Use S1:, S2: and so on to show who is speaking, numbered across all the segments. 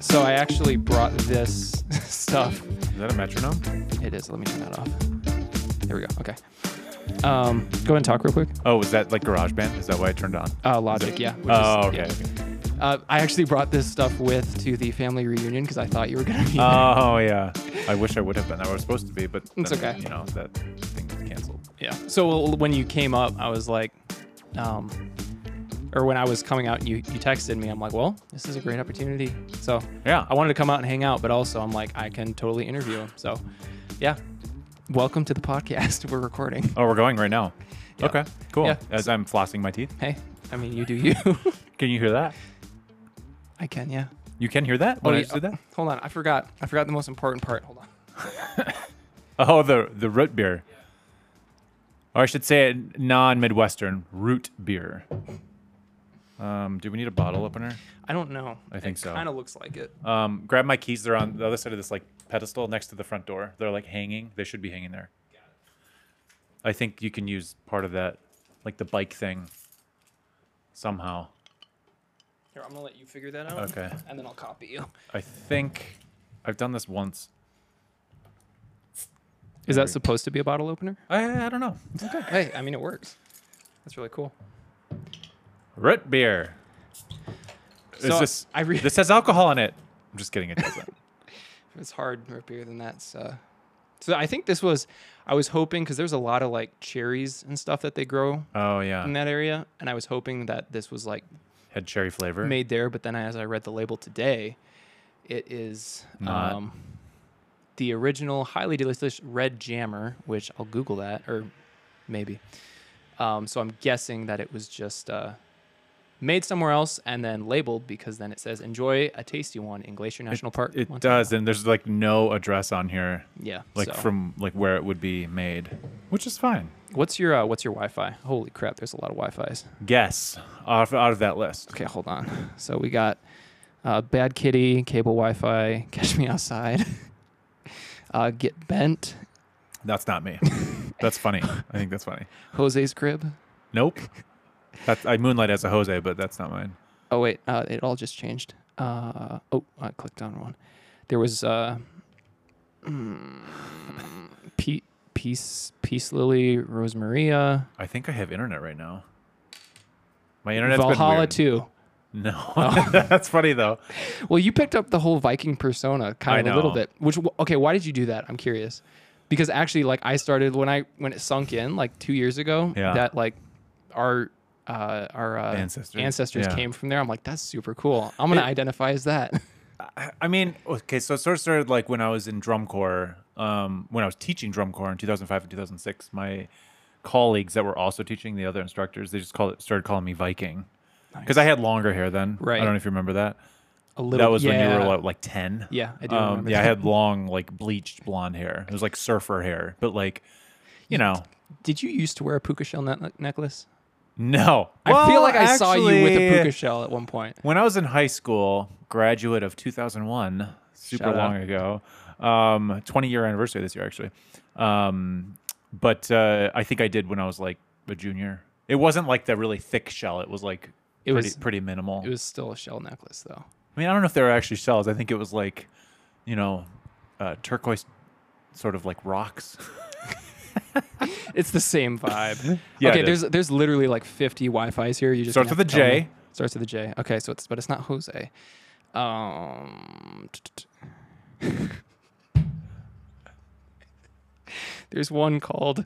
S1: so I actually brought this stuff.
S2: Is that a metronome?
S1: It is. Let me turn that off. There we go. Okay. Um, go ahead and talk real quick.
S2: Oh, was that like GarageBand? Is that why I turned it on?
S1: Uh, Logic, yeah. which is-
S2: oh, okay.
S1: yeah.
S2: okay.
S1: Uh, I actually brought this stuff with to the family reunion because I thought you were gonna be.
S2: Oh, yeah. I wish I would have been. I was supposed to be, but
S1: It's
S2: then,
S1: okay.
S2: You know that thing was canceled.
S1: Yeah. So when you came up, I was like, um, or when I was coming out and you, you texted me, I'm like, well, this is a great opportunity. So
S2: Yeah. Oh,
S1: I wanted to come out and hang out, but also I'm like, I can totally interview him. So yeah. Welcome to the podcast. We're recording.
S2: Oh, we're going right now.
S1: Yeah.
S2: Okay. Cool.
S1: Yeah.
S2: As I'm flossing my teeth.
S1: Hey, I mean, you do you.
S2: Can you hear that?
S1: I can, yeah.
S2: Oh, You can hear that when I just
S1: yeah.
S2: did that?
S1: Oh, Hold on. I forgot. I forgot the most important part. Hold on.
S2: Oh, the the root beer. Or I should say it non-Midwestern root beer. Um, do we need a bottle opener?
S1: I don't know.
S2: I think so.
S1: Kind of looks like it.
S2: Um, grab my keys. They're on the other side of this like pedestal next to the front door. They're like hanging. They should be hanging there. I think you can use part of that, like the bike thing, somehow.
S1: Here, I'm going to let you figure that out.
S2: Okay.
S1: And then I'll copy you.
S2: I think I've done this once.
S1: Is that supposed to be a bottle opener?
S2: I, I don't know.
S1: Okay. Hey, I mean, it works. That's really cool.
S2: Root beer. Is
S1: So,
S2: this?
S1: I re-
S2: this has alcohol in it. I'm just kidding. It doesn't.
S1: It's hard root beer than that's. Uh, so I think this was, I was hoping because there's a lot of like cherries and stuff that they grow
S2: oh yeah.
S1: in that area, and I was hoping that this was like
S2: had cherry flavor.
S1: made there. But then as I read the label today, it is
S2: Not.
S1: um, the original highly delicious red jammer, which I'll Google that or maybe. Um, so I'm guessing that it was just uh, made somewhere else and then labeled because then it says enjoy a tasty one in Glacier National Park.
S2: It
S1: Montana."
S2: does, and there's like no address on here,
S1: Yeah.
S2: like
S1: so.
S2: from like where it would be made, which is fine.
S1: What's your uh, what's your Wi-Fi? Holy crap! There's a lot of Wi-Fi's.
S2: Guess off out of that list.
S1: Okay, hold on. So we got uh, Bad Kitty, Cable Wi-Fi, Catch Me Outside, uh, Get Bent,
S2: That's not me. that's funny. I think that's funny.
S1: Jose's Crib.
S2: Nope. That's I moonlight as a Jose, but that's not mine.
S1: Oh wait, uh, it all just changed. Uh, oh, I clicked on one. There was uh, mm, Pe- Peace Peace Lily, Rosemaria,
S2: I think I have internet right now. My internet's
S1: Valhalla
S2: been weird.
S1: too. Oh.
S2: No, that's funny though.
S1: Well, you picked up the whole Viking persona
S2: I
S1: kind of a little
S2: know.
S1: bit. Which okay, why did you do that? I'm curious. Because actually, like I started when I when it sunk in like two years ago
S2: Yeah.
S1: that like our uh, our uh,
S2: Ancestors.
S1: ancestors
S2: Yeah.
S1: came from there. I'm like, that's super cool. I'm gonna identify as that.
S2: I- I mean, okay, so it sort of started like when I was in drum corps, um, when I was teaching drum corps in 2005 and 2006. My colleagues that were also teaching the other instructors, they just called it, started calling me Viking because I had longer hair then. I
S1: Right.
S2: don't know if you remember that.
S1: A little.
S2: that was when you
S1: yeah.
S2: were like, like 10.
S1: Yeah, I do
S2: Um,
S1: remember
S2: yeah, I
S1: that.
S2: had long, like bleached blonde hair. It was like surfer hair, but like, you know,
S1: Did you used to wear a puka shell ne- necklace?
S2: no.
S1: I feel like I saw you with a
S2: Well,
S1: puka
S2: actually,
S1: shell at one point.
S2: When I was in high school, graduate of 2001, super
S1: Shout out.
S2: long ago, um, 20 year anniversary this year, actually. Um, but uh, I think I did when I was like a junior. It wasn't like the really thick shell. It was like
S1: It
S2: pretty,
S1: was-
S2: pretty minimal.
S1: It was still a shell necklace though.
S2: I mean, I don't know if they were actually shells. I think it was like, you know, uh, turquoise sort of like rocks.
S1: It's the same vibe.
S2: Yeah,
S1: okay,
S2: it
S1: there's
S2: is.
S1: there's literally like 50 Wi-Fi's here. You just
S2: Starts
S1: gonna
S2: with
S1: have
S2: a
S1: to
S2: J.
S1: tell me. Starts with a J. Okay, so it's but it's not Jose. Um, t- t- t- there's one called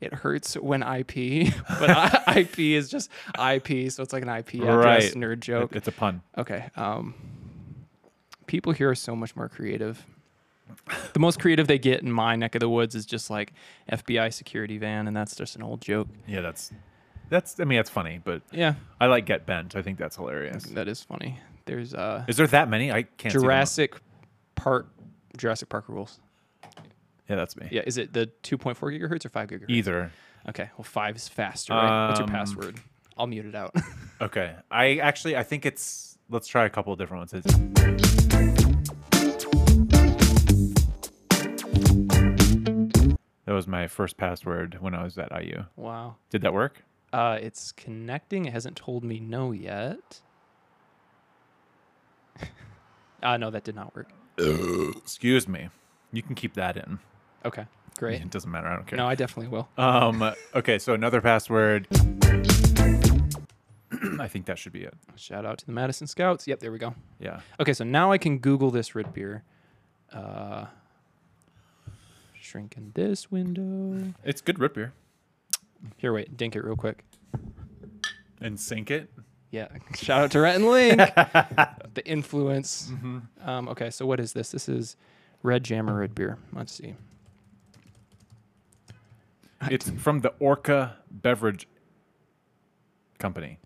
S1: "It Hurts When I Pee," but I- IP is just IP, so it's like an IP address
S2: Right.
S1: nerd
S2: It-
S1: joke.
S2: it's a pun.
S1: Okay. Um, people here are so much more creative. The most creative they get in my neck of the woods is just like FBI security van, and that's just an old joke.
S2: Yeah, that's that's. I mean, that's funny, but
S1: Yeah,
S2: I like Get Bent. I think that's hilarious.
S1: that is funny. There's uh,
S2: Is there that many? I can't. see them all.
S1: Jurassic Park, Jurassic Park rules.
S2: Yeah, that's me.
S1: Yeah, is it the 2.4 gigahertz or 5 gigahertz?
S2: Either.
S1: Okay, well, five is faster. Right? What's your
S2: Um,
S1: password? I'll mute it out.
S2: Okay. I actually I think it's let's try a couple of different ones. It's- That was my first password when I was at IU.
S1: wow.
S2: Did that work?
S1: Uh, it's connecting. It hasn't told me no yet. Uh, no, that did not work.
S2: Excuse me. You can keep that in.
S1: Okay, great.
S2: It doesn't matter. I don't care.
S1: No, I definitely will.
S2: Um, okay, so another password. I think that should be it.
S1: Shout out to the Madison Scouts. Yep, there we go.
S2: Yeah.
S1: Okay, so now I can Google this root beer. Uh, shrinking this window.
S2: It's good root beer.
S1: Here, wait, dink it real quick.
S2: And sink it.
S1: Yeah, shout out to Rhett and Link. the influence. Um, okay, so what is this? This is Red Jammer Red Beer. Let's see.
S2: It's from the Orca Beverage Company.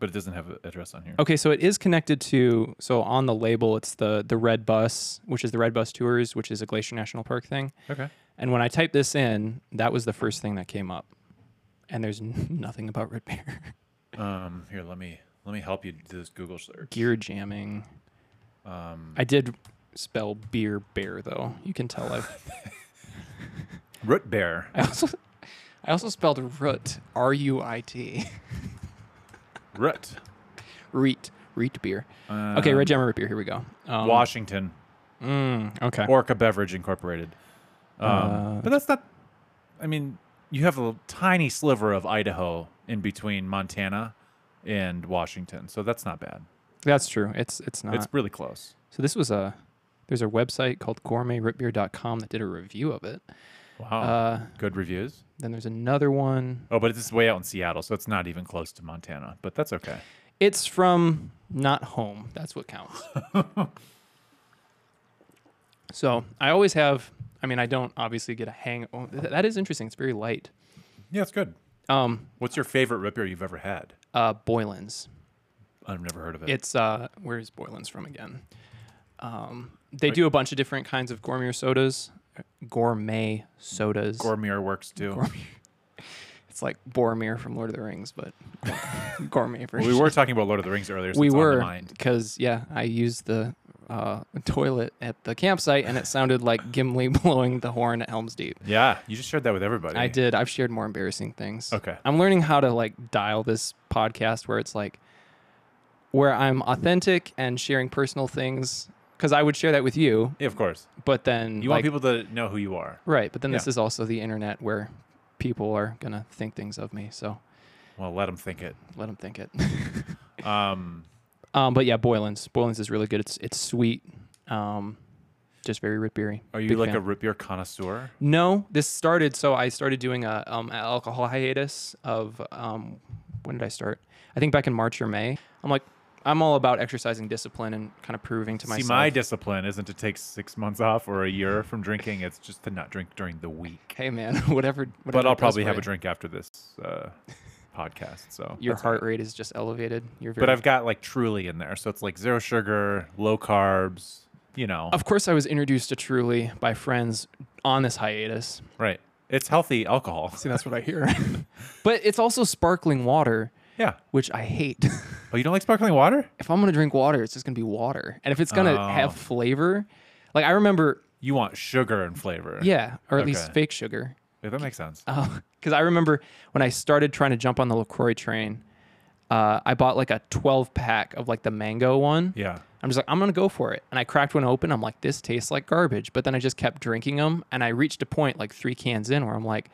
S2: But it doesn't have an address on here.
S1: Okay, so it is connected to. So on the label, it's the the Red Bus, which is the Red Bus Tours, which is a Glacier National Park thing.
S2: Okay.
S1: And when I typed this in, that was the first thing that came up. And there's n- nothing about red beer.
S2: Um, here, let me let me help you do this Google search.
S1: Gear jamming. I did spell beer bear though. You can tell I.
S2: Root beer.
S1: I also, I also spelled root. R U I T.
S2: Root. Uh,
S1: Reet. Reet beer. okay, red jammer root beer. Here we go. Um,
S2: Washington.
S1: Okay. Uh,
S2: Orca Beverage Incorporated. Um, but that's not. I mean, you have a little tiny sliver of Idaho in between Montana and Washington, so that's not bad.
S1: That's true. It's it's not.
S2: It's really close.
S1: so this was a. There's a website called gourmetrootbeer.com that did a review of it.
S2: Wow.
S1: Uh,
S2: Good reviews.
S1: Then there's another one.
S2: Oh, but it's way out in Seattle, so it's not even close to Montana. But that's okay.
S1: It's from not home. That's what counts. so I always have. I mean, I don't obviously get a hang. oh, th- That is interesting. It's very light.
S2: Yeah, it's good.
S1: Um,
S2: What's your favorite root beer you've ever had?
S1: uh, Boylan's.
S2: I've never heard of it.
S1: It's uh, where is Boylan's from again? Um, they do a bunch of different kinds of gourmet sodas. uh, Gourmet sodas.
S2: Gourmet works too.
S1: it's like Boromir from Lord of the Rings, but gourmet version.
S2: we were talking about Lord of the Rings earlier. So
S1: we
S2: it's on the
S1: were
S2: mind.
S1: because yeah i used the uh, toilet at the campsite and it sounded like gimli blowing the horn at helms deep
S2: Yeah, you just shared that with everybody.
S1: i did i've shared more embarrassing things
S2: Okay.
S1: i'm learning how to like dial this podcast where it's like where i'm authentic and sharing personal things because i would share that with you
S2: Yeah, of course.
S1: but then
S2: You
S1: like-
S2: want people to know who you are.
S1: right but then this
S2: Yeah.
S1: is also the internet where people are gonna think things of me so
S2: Well, let them think it.
S1: let them think it
S2: Um,
S1: um but yeah boylan's boylan's is really good it's it's sweet um just very root beery
S2: Are you
S1: Big
S2: like
S1: fan.
S2: a root beer connoisseur?
S1: No, this started. So I started doing a um, a alcohol hiatus of um, when did I start? I think back in March or May. I'm like, I'm all about exercising discipline and kind of proving to myself.
S2: See, my discipline isn't to take six months off or a year from drinking. It's just to not drink during the week.
S1: hey man, whatever.
S2: But
S1: whatever
S2: I'll
S1: does
S2: probably
S1: for
S2: have a
S1: you.
S2: drink after this uh, podcast. So
S1: Your
S2: that's all
S1: heart
S2: right.
S1: rate is just elevated. You're very.
S2: But I've got like Truly in there, so it's like zero sugar, low carbs. You know,
S1: of course, I was introduced to Truly by friends on this hiatus.
S2: right? It's healthy alcohol.
S1: See, that's what I hear. but it's also sparkling water,
S2: Yeah.
S1: which I hate.
S2: Oh, you don't like sparkling water?
S1: if I'm gonna drink water, it's just gonna be water, and if it's gonna
S2: Oh.
S1: have flavor, like I remember
S2: You want sugar and flavor.
S1: Yeah, Uh-huh. or at least
S2: Okay.
S1: fake sugar.
S2: Yeah, that makes sense.
S1: Because I remember when I started trying to jump on the LaCroix train, uh, I bought like a 12 pack of like the mango one.
S2: yeah.
S1: I'm just like, I'm going to go for it. And I cracked one open. I'm like, this tastes like garbage. But then I just kept drinking them. And I reached a point like three cans in where I'm like,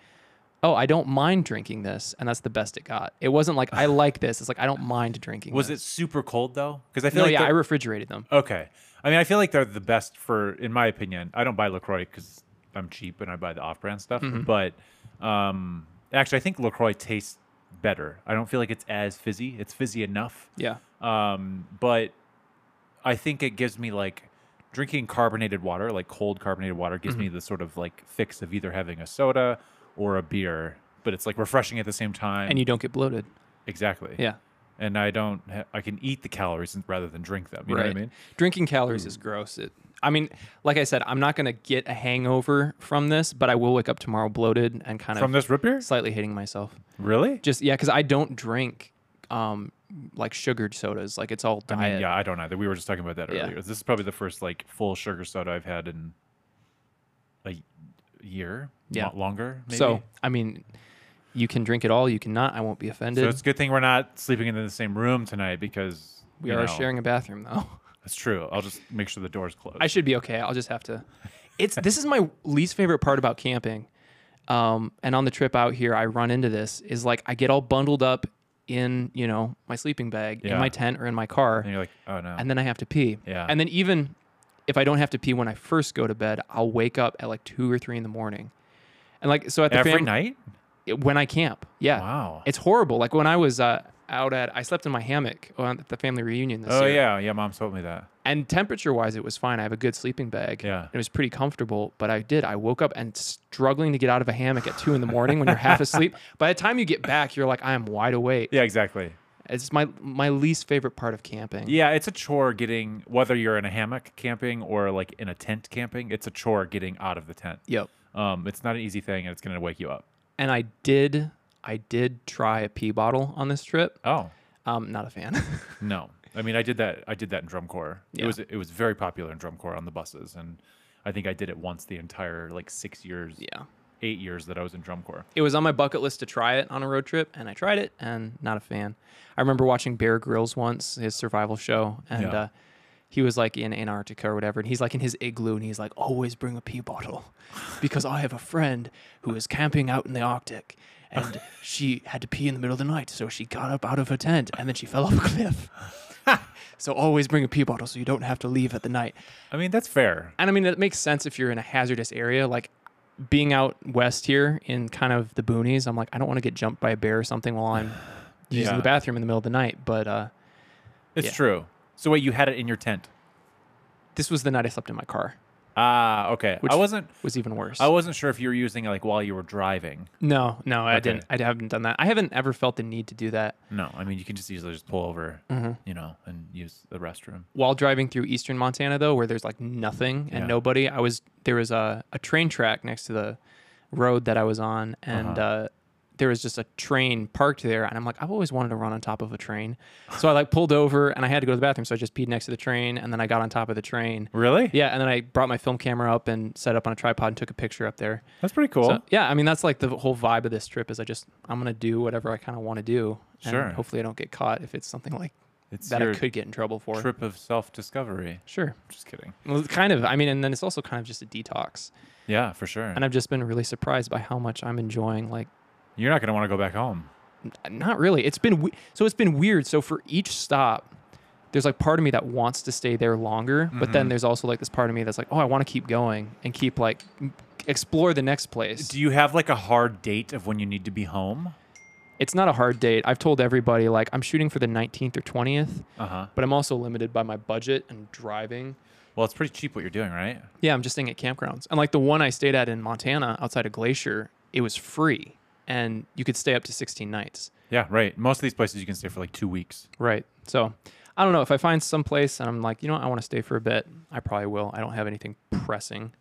S1: oh, I don't mind drinking this. And that's the best it got. It wasn't like, I like this. It's like, I don't mind drinking
S2: Was it
S1: this.
S2: super cold though? Because I feel
S1: No,
S2: like
S1: yeah, I
S2: they're-
S1: refrigerated them.
S2: Okay. I mean, I feel like they're the best for, in my opinion. I don't buy Lacroix because I'm cheap and I buy the off-brand stuff.
S1: Mm-hmm.
S2: But um, actually, I think Lacroix tastes better. I don't feel like it's as fizzy. It's fizzy enough.
S1: Yeah.
S2: Um, but I think it gives me like drinking carbonated water, like cold carbonated water, gives
S1: Mm-hmm.
S2: me the sort of like fix of either having a soda or a beer. But it's like refreshing at the same time.
S1: And you don't get bloated.
S2: exactly.
S1: Yeah.
S2: And I don't. Ha- I can eat the calories rather than drink them. You know what I mean? Hmm.
S1: Drinking calories is gross. It, I mean, like I said, I'm not going to get a hangover from this, but I will wake up tomorrow bloated and kind of
S2: From this root beer?
S1: slightly hating myself.
S2: Really?
S1: Just yeah, because I don't drink um like sugared sodas. Like it's all diet.
S2: I mean, yeah, I don't either. We were just talking about that
S1: Yeah.
S2: earlier. This is probably the first like full sugar soda I've had in a y- year,
S1: Yeah.
S2: mo- longer. Maybe.
S1: So I mean, you can drink it all. You cannot. I won't be offended.
S2: so it's a good thing we're not sleeping in the same room tonight because
S1: we
S2: you
S1: are
S2: know,
S1: sharing a bathroom though.
S2: That's true. I'll just make sure the door's closed.
S1: I should be okay. I'll just have to. It's this is my least favorite part about camping. Um, and on the trip out here, I run into this is like I get all bundled up in you know my sleeping bag in
S2: Yeah.
S1: my tent or in my car,
S2: and you're like, oh no.
S1: and then I have to pee.
S2: Yeah.
S1: And then even if I don't have to pee when I first go to bed, I'll wake up at like two or three in the morning, and like so at the
S2: Every
S1: fam-
S2: night?
S1: when I camp. Yeah.
S2: Wow.
S1: It's horrible. Like when I was uh, out at, I slept in my hammock on at the family reunion this
S2: Oh
S1: year.
S2: yeah, yeah. Mom told me that.
S1: And temperature wise, it was fine. I have a good sleeping bag.
S2: Yeah.
S1: It was pretty comfortable, but I did. I woke up and struggling to get out of a hammock at two in the morning when you're half asleep. By the time you get back, you're like, I am wide awake.
S2: Yeah, exactly.
S1: It's my my least favorite part of camping.
S2: Yeah, it's a chore getting whether you're in a hammock camping or like in a tent camping. It's a chore getting out of the tent.
S1: Yep.
S2: Um, it's not an easy thing, and it's gonna wake you up.
S1: And I did I did try a pee bottle on this trip.
S2: Oh
S1: Um, not a fan.
S2: no, I mean I did that. I did that in drum corps.
S1: Yeah.
S2: It was it was very popular in drum corps on the buses, and I think I did it once the entire like six years,
S1: yeah.
S2: eight years that I was in drum corps.
S1: it was on my bucket list to try it on a road trip, and I tried it, and not a fan. I remember watching Bear Grylls once, his survival show, and
S2: Yeah.
S1: uh, he was like in Antarctica or whatever, and he's like in his igloo, and he's like, "Always bring a pee bottle, because I have a friend who is camping out in the Arctic." And she had to pee in the middle of the night, so she got up out of her tent and then she fell off a cliff. so always bring a pee bottle so you don't have to leave at the night.
S2: I mean that's fair.
S1: And I mean, it makes sense if you're in a hazardous area. Like being out west here in kind of the boonies, I'm like, I don't want to get jumped by a bear or something while I'm using
S2: Yeah.
S1: the bathroom in the middle of the night. But uh,
S2: It's
S1: Yeah.
S2: true. So wait, you had it in your tent?
S1: this was the night I slept in my car,
S2: Ah, okay.
S1: Which-
S2: I wasn't.
S1: was even worse.
S2: I wasn't sure if you were using it like while you were driving.
S1: no, no, I
S2: Okay.
S1: didn't. I haven't done that. I haven't ever felt the need to do that.
S2: No, I mean you can just easily just pull over,
S1: Mm-hmm.
S2: you know, and use the restroom.
S1: While driving through eastern Montana, though, where there's like nothing and
S2: Yeah.
S1: nobody, I was there was a, a train track next to the road that I was on, and
S2: Uh-huh.
S1: uh there was just a train parked there. And I'm like, I've always wanted to run on top of a train. So I like pulled over and I had to go to the bathroom. So I just peed next to the train, and then I got on top of the train.
S2: Really?
S1: Yeah, and then I brought my film camera up and set up on a tripod and took a picture up there.
S2: That's pretty cool.
S1: So, yeah, I mean that's like the whole vibe of this trip is I just I'm gonna do whatever I kind of want to do. and
S2: Sure.
S1: hopefully I don't get caught if it's something like
S2: it's
S1: that
S2: your
S1: I could get in trouble for.
S2: trip of self-discovery.
S1: Sure.
S2: Just kidding.
S1: Well, it's kind of. I mean, and then it's also kind of just a detox.
S2: Yeah, for sure.
S1: And I've just been really surprised by how much I'm enjoying. Like,
S2: You're not gonna want to go back home.
S1: n- not really. It's been we- so it's been weird. So for each stop, there's like part of me that wants to stay there longer, but then there's also like this part of me that's like, oh, I want to keep going and keep like m- explore the next place.
S2: Do you have like a hard date of when you need to be home?
S1: it's not a hard date. I've told everybody like I'm shooting for the 19th or 20th,
S2: Uh huh.
S1: but I'm also limited by my budget and driving.
S2: Well, it's pretty cheap what you're doing, right?
S1: Yeah, I'm just staying at campgrounds. And like the one I stayed at in Montana outside of Glacier, it was free and you could stay up to 16 nights.
S2: Yeah, right. Most of these places you can stay for like two weeks.
S1: Right. So I don't know. If I find some place and I'm like, you know what, I want to stay for a bit, I probably will. I don't have anything pressing.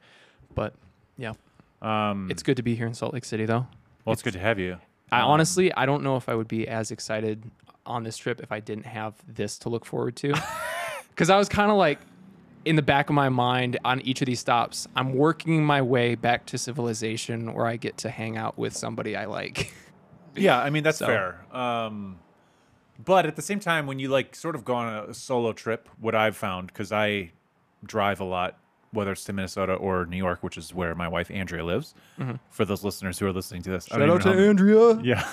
S1: But yeah,
S2: Um,
S1: it's good to be here in Salt Lake City though.
S2: well, it's good to have you.
S1: I
S2: Um,
S1: honestly, I don't know if I would be as excited on this trip if I didn't have this to look forward to. Because I was kind of like, in the back of my mind, on each of these stops, I'm working my way back to civilization where I get to hang out with somebody I like.
S2: Yeah, I mean that's
S1: So-
S2: fair. Um, but at the same time, when you like sort of go on a solo trip, what I've found because I drive a lot, whether it's to Minnesota or New York, which is where my wife Andrea lives. For those listeners who are listening to this, I don't even know how-
S1: Andrea.
S2: Yeah,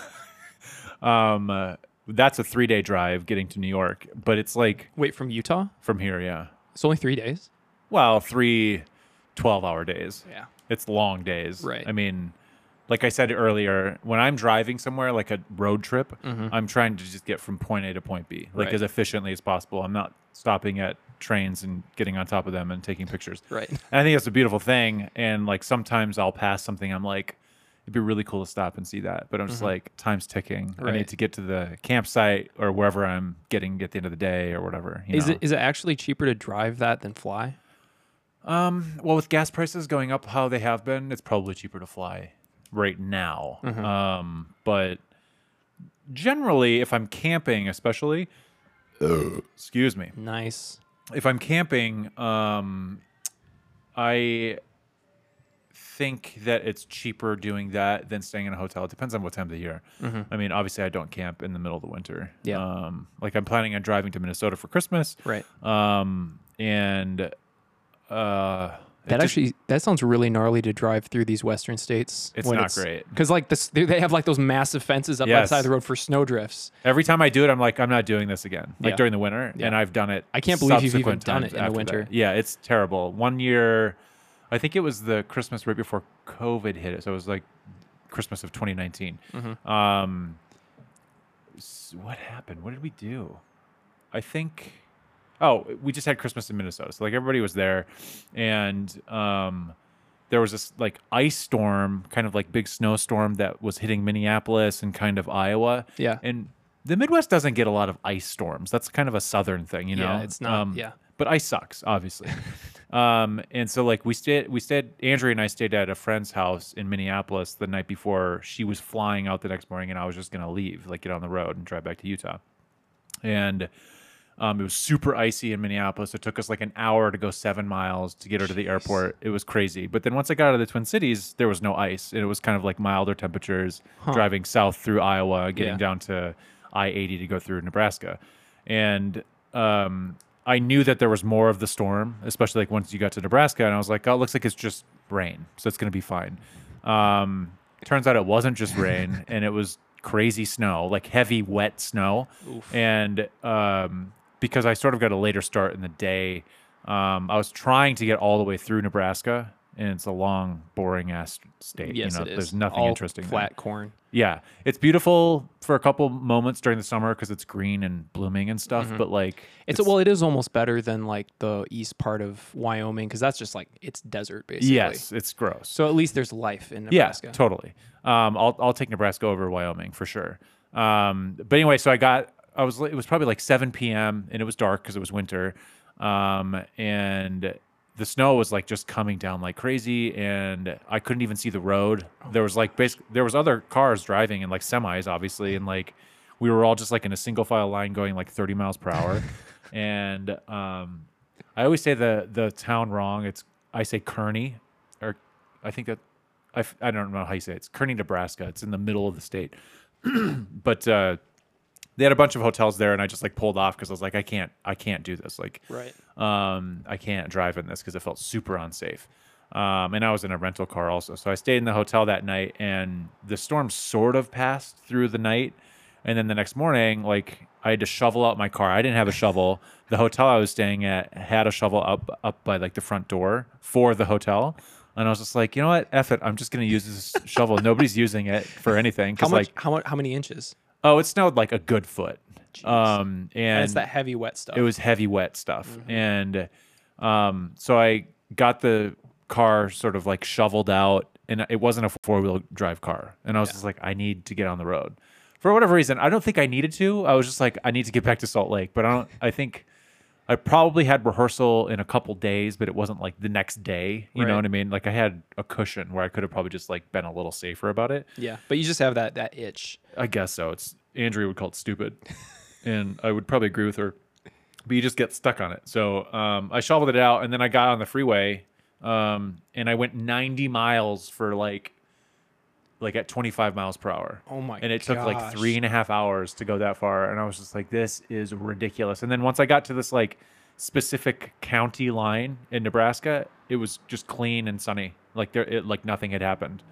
S2: um, uh, that's a three-day drive getting to New York, but it's like
S1: Wait, from Utah?
S2: from here, yeah.
S1: It's only three days.
S2: Well, three 12-hour days
S1: Yeah.
S2: it's long days.
S1: Right.
S2: I mean, like I said earlier, when I'm driving somewhere like a road trip, I'm trying to just get from point A to point B, like
S1: Mm-hmm. Right.
S2: as efficiently as possible. I'm not stopping at trains and getting on top of them and taking pictures.
S1: Right.
S2: And I think that's a beautiful thing. And like sometimes I'll pass something, I'm like, it'd be really cool to stop and see that. But I'm just like, time's ticking. I
S1: Mm-hmm. Right.
S2: need to get to the campsite or wherever I'm getting at the end of the day or whatever. You
S1: Is
S2: know?
S1: it is it actually cheaper to drive that than fly?
S2: Um, well, with gas prices going up how they have been, it's probably cheaper to fly right now.
S1: Mm-hmm.
S2: Um, but generally, if I'm camping, especially, excuse me,
S1: Nice.
S2: if I'm camping, um, I think that it's cheaper doing that than staying in a hotel. It depends on what time of the year. I mean, obviously, I don't camp in the middle of the winter.
S1: Mm-hmm. Yeah.
S2: Um, like I'm planning on driving to Minnesota for Christmas.
S1: Right.
S2: Um, and uh, that
S1: That actually that sounds really gnarly to drive through these western states.
S2: It's not great.
S1: because like this, they they have like those massive fences up by the
S2: Yes.
S1: side of the road for snowdrifts.
S2: every time I do it, I'm like, I'm not doing this again. Like
S1: Yeah.
S2: during the winter, and I've done it.
S1: I can't believe you've even
S2: subsequent
S1: done
S2: times
S1: it in the
S2: after
S1: winter.
S2: that. Yeah, it's terrible. One year, I think it was the Christmas right before COVID hit it, so it was like Christmas of 2019.
S1: Mm-hmm.
S2: Um, s- what happened? What did we do? I think. Oh, we just had Christmas in Minnesota, so like everybody was there, and um, there was this like ice storm, kind of like big snowstorm that was hitting Minneapolis and kind of Iowa.
S1: Yeah.
S2: And the Midwest doesn't get a lot of ice storms. That's kind of a southern thing, you know. Um,
S1: Yeah, it's not- yeah.
S2: But ice sucks, obviously. um, and so like we stayed, we stayed. Andrea and I stayed at a friend's house in Minneapolis the night before. She was flying out the next morning, and I was just gonna leave, like get on the road and drive back to Utah. And um, it was super icy in Minneapolis. It took us like an hour to go seven miles to get her to the airport. It was crazy. But then once I got out of the Twin Cities, there was no ice, and it was kind of like milder temperatures. Driving south through Iowa, getting
S1: Yeah.
S2: down to I eighty to go through Nebraska, and um, I knew that there was more of the storm, especially like once you got to Nebraska, and I was like, oh, it looks like it's just rain, so it's gonna be fine. Um, turns out it wasn't just rain, and it was crazy snow, like heavy wet snow, and um, because I sort of got a later start in the day, um, I was trying to get all the way through Nebraska, and it's a long, boring ass state.
S1: Yes,
S2: you know,
S1: it is.
S2: there's nothing
S1: All
S2: interesting. there.
S1: Flat corn.
S2: Yeah, it's beautiful for a couple moments during the summer because it's green and blooming and stuff. But like,
S1: It's, well, it is almost better than like the east part of Wyoming because that's just like it's desert basically.
S2: yes, it's gross.
S1: So at least there's life in
S2: yeah,
S1: Nebraska.
S2: totally. Um, I'll I'll take Nebraska over Wyoming for sure. Um, but anyway, so I got I was it was probably like 7 p.m. and it was dark because it was winter, um, and the snow was like just coming down like crazy, and I couldn't even see the road. There was like basically there was other cars driving and like semis obviously, and like we were all just like in a single file line going like 30 miles per hour, and um, I always say the the town wrong. It's I say Kearney, or I think that I, f- I don't know how you say it. It's Kearney, Nebraska. It's in the middle of the state, but uh, they had a bunch of hotels there, and I just like pulled off because I was like, I can't, I can't do this. Like,
S1: Right.
S2: um, I can't drive in this because it felt super unsafe. Um, and I was in a rental car also. So I stayed in the hotel that night and the storm sort of passed through the night. And then the next morning, like I had to shovel out my car. I didn't have a shovel. The hotel I was staying at had a shovel up up by like the front door for the hotel. And I was just like, you know what? F it. I'm just gonna use this shovel. Nobody's using it for anything.
S1: How
S2: Cause
S1: much?
S2: like,
S1: how much? How many inches?
S2: oh, it snowed like a good foot. Um and
S1: And it's that heavy wet stuff.
S2: it was heavy wet stuff and um so i got the car sort of like shoveled out and it wasn't a four-wheel drive car and i was just like i need to get on the road for whatever reason i don't think i needed to i was just like i need to get back to salt lake but i don't i think i probably had rehearsal in a couple days but it wasn't like the next day you
S1: Right.
S2: know what i mean like i had a cushion where i could have probably just like been a little safer about it
S1: yeah, but you just have that that itch.
S2: I guess so. It's Andrea would call it stupid, and I would probably agree with her. But you just get stuck on it. So um, I shoveled it out, and then I got on the freeway, um, and I went 90 miles for like, like at 25 miles per hour.
S1: Oh my
S2: And it took like
S1: gosh.
S2: three and a half hours to go that far, and I was just like, this is ridiculous. And then once I got to this like specific county line in Nebraska, it was just clean and sunny. Like there, it like nothing had happened.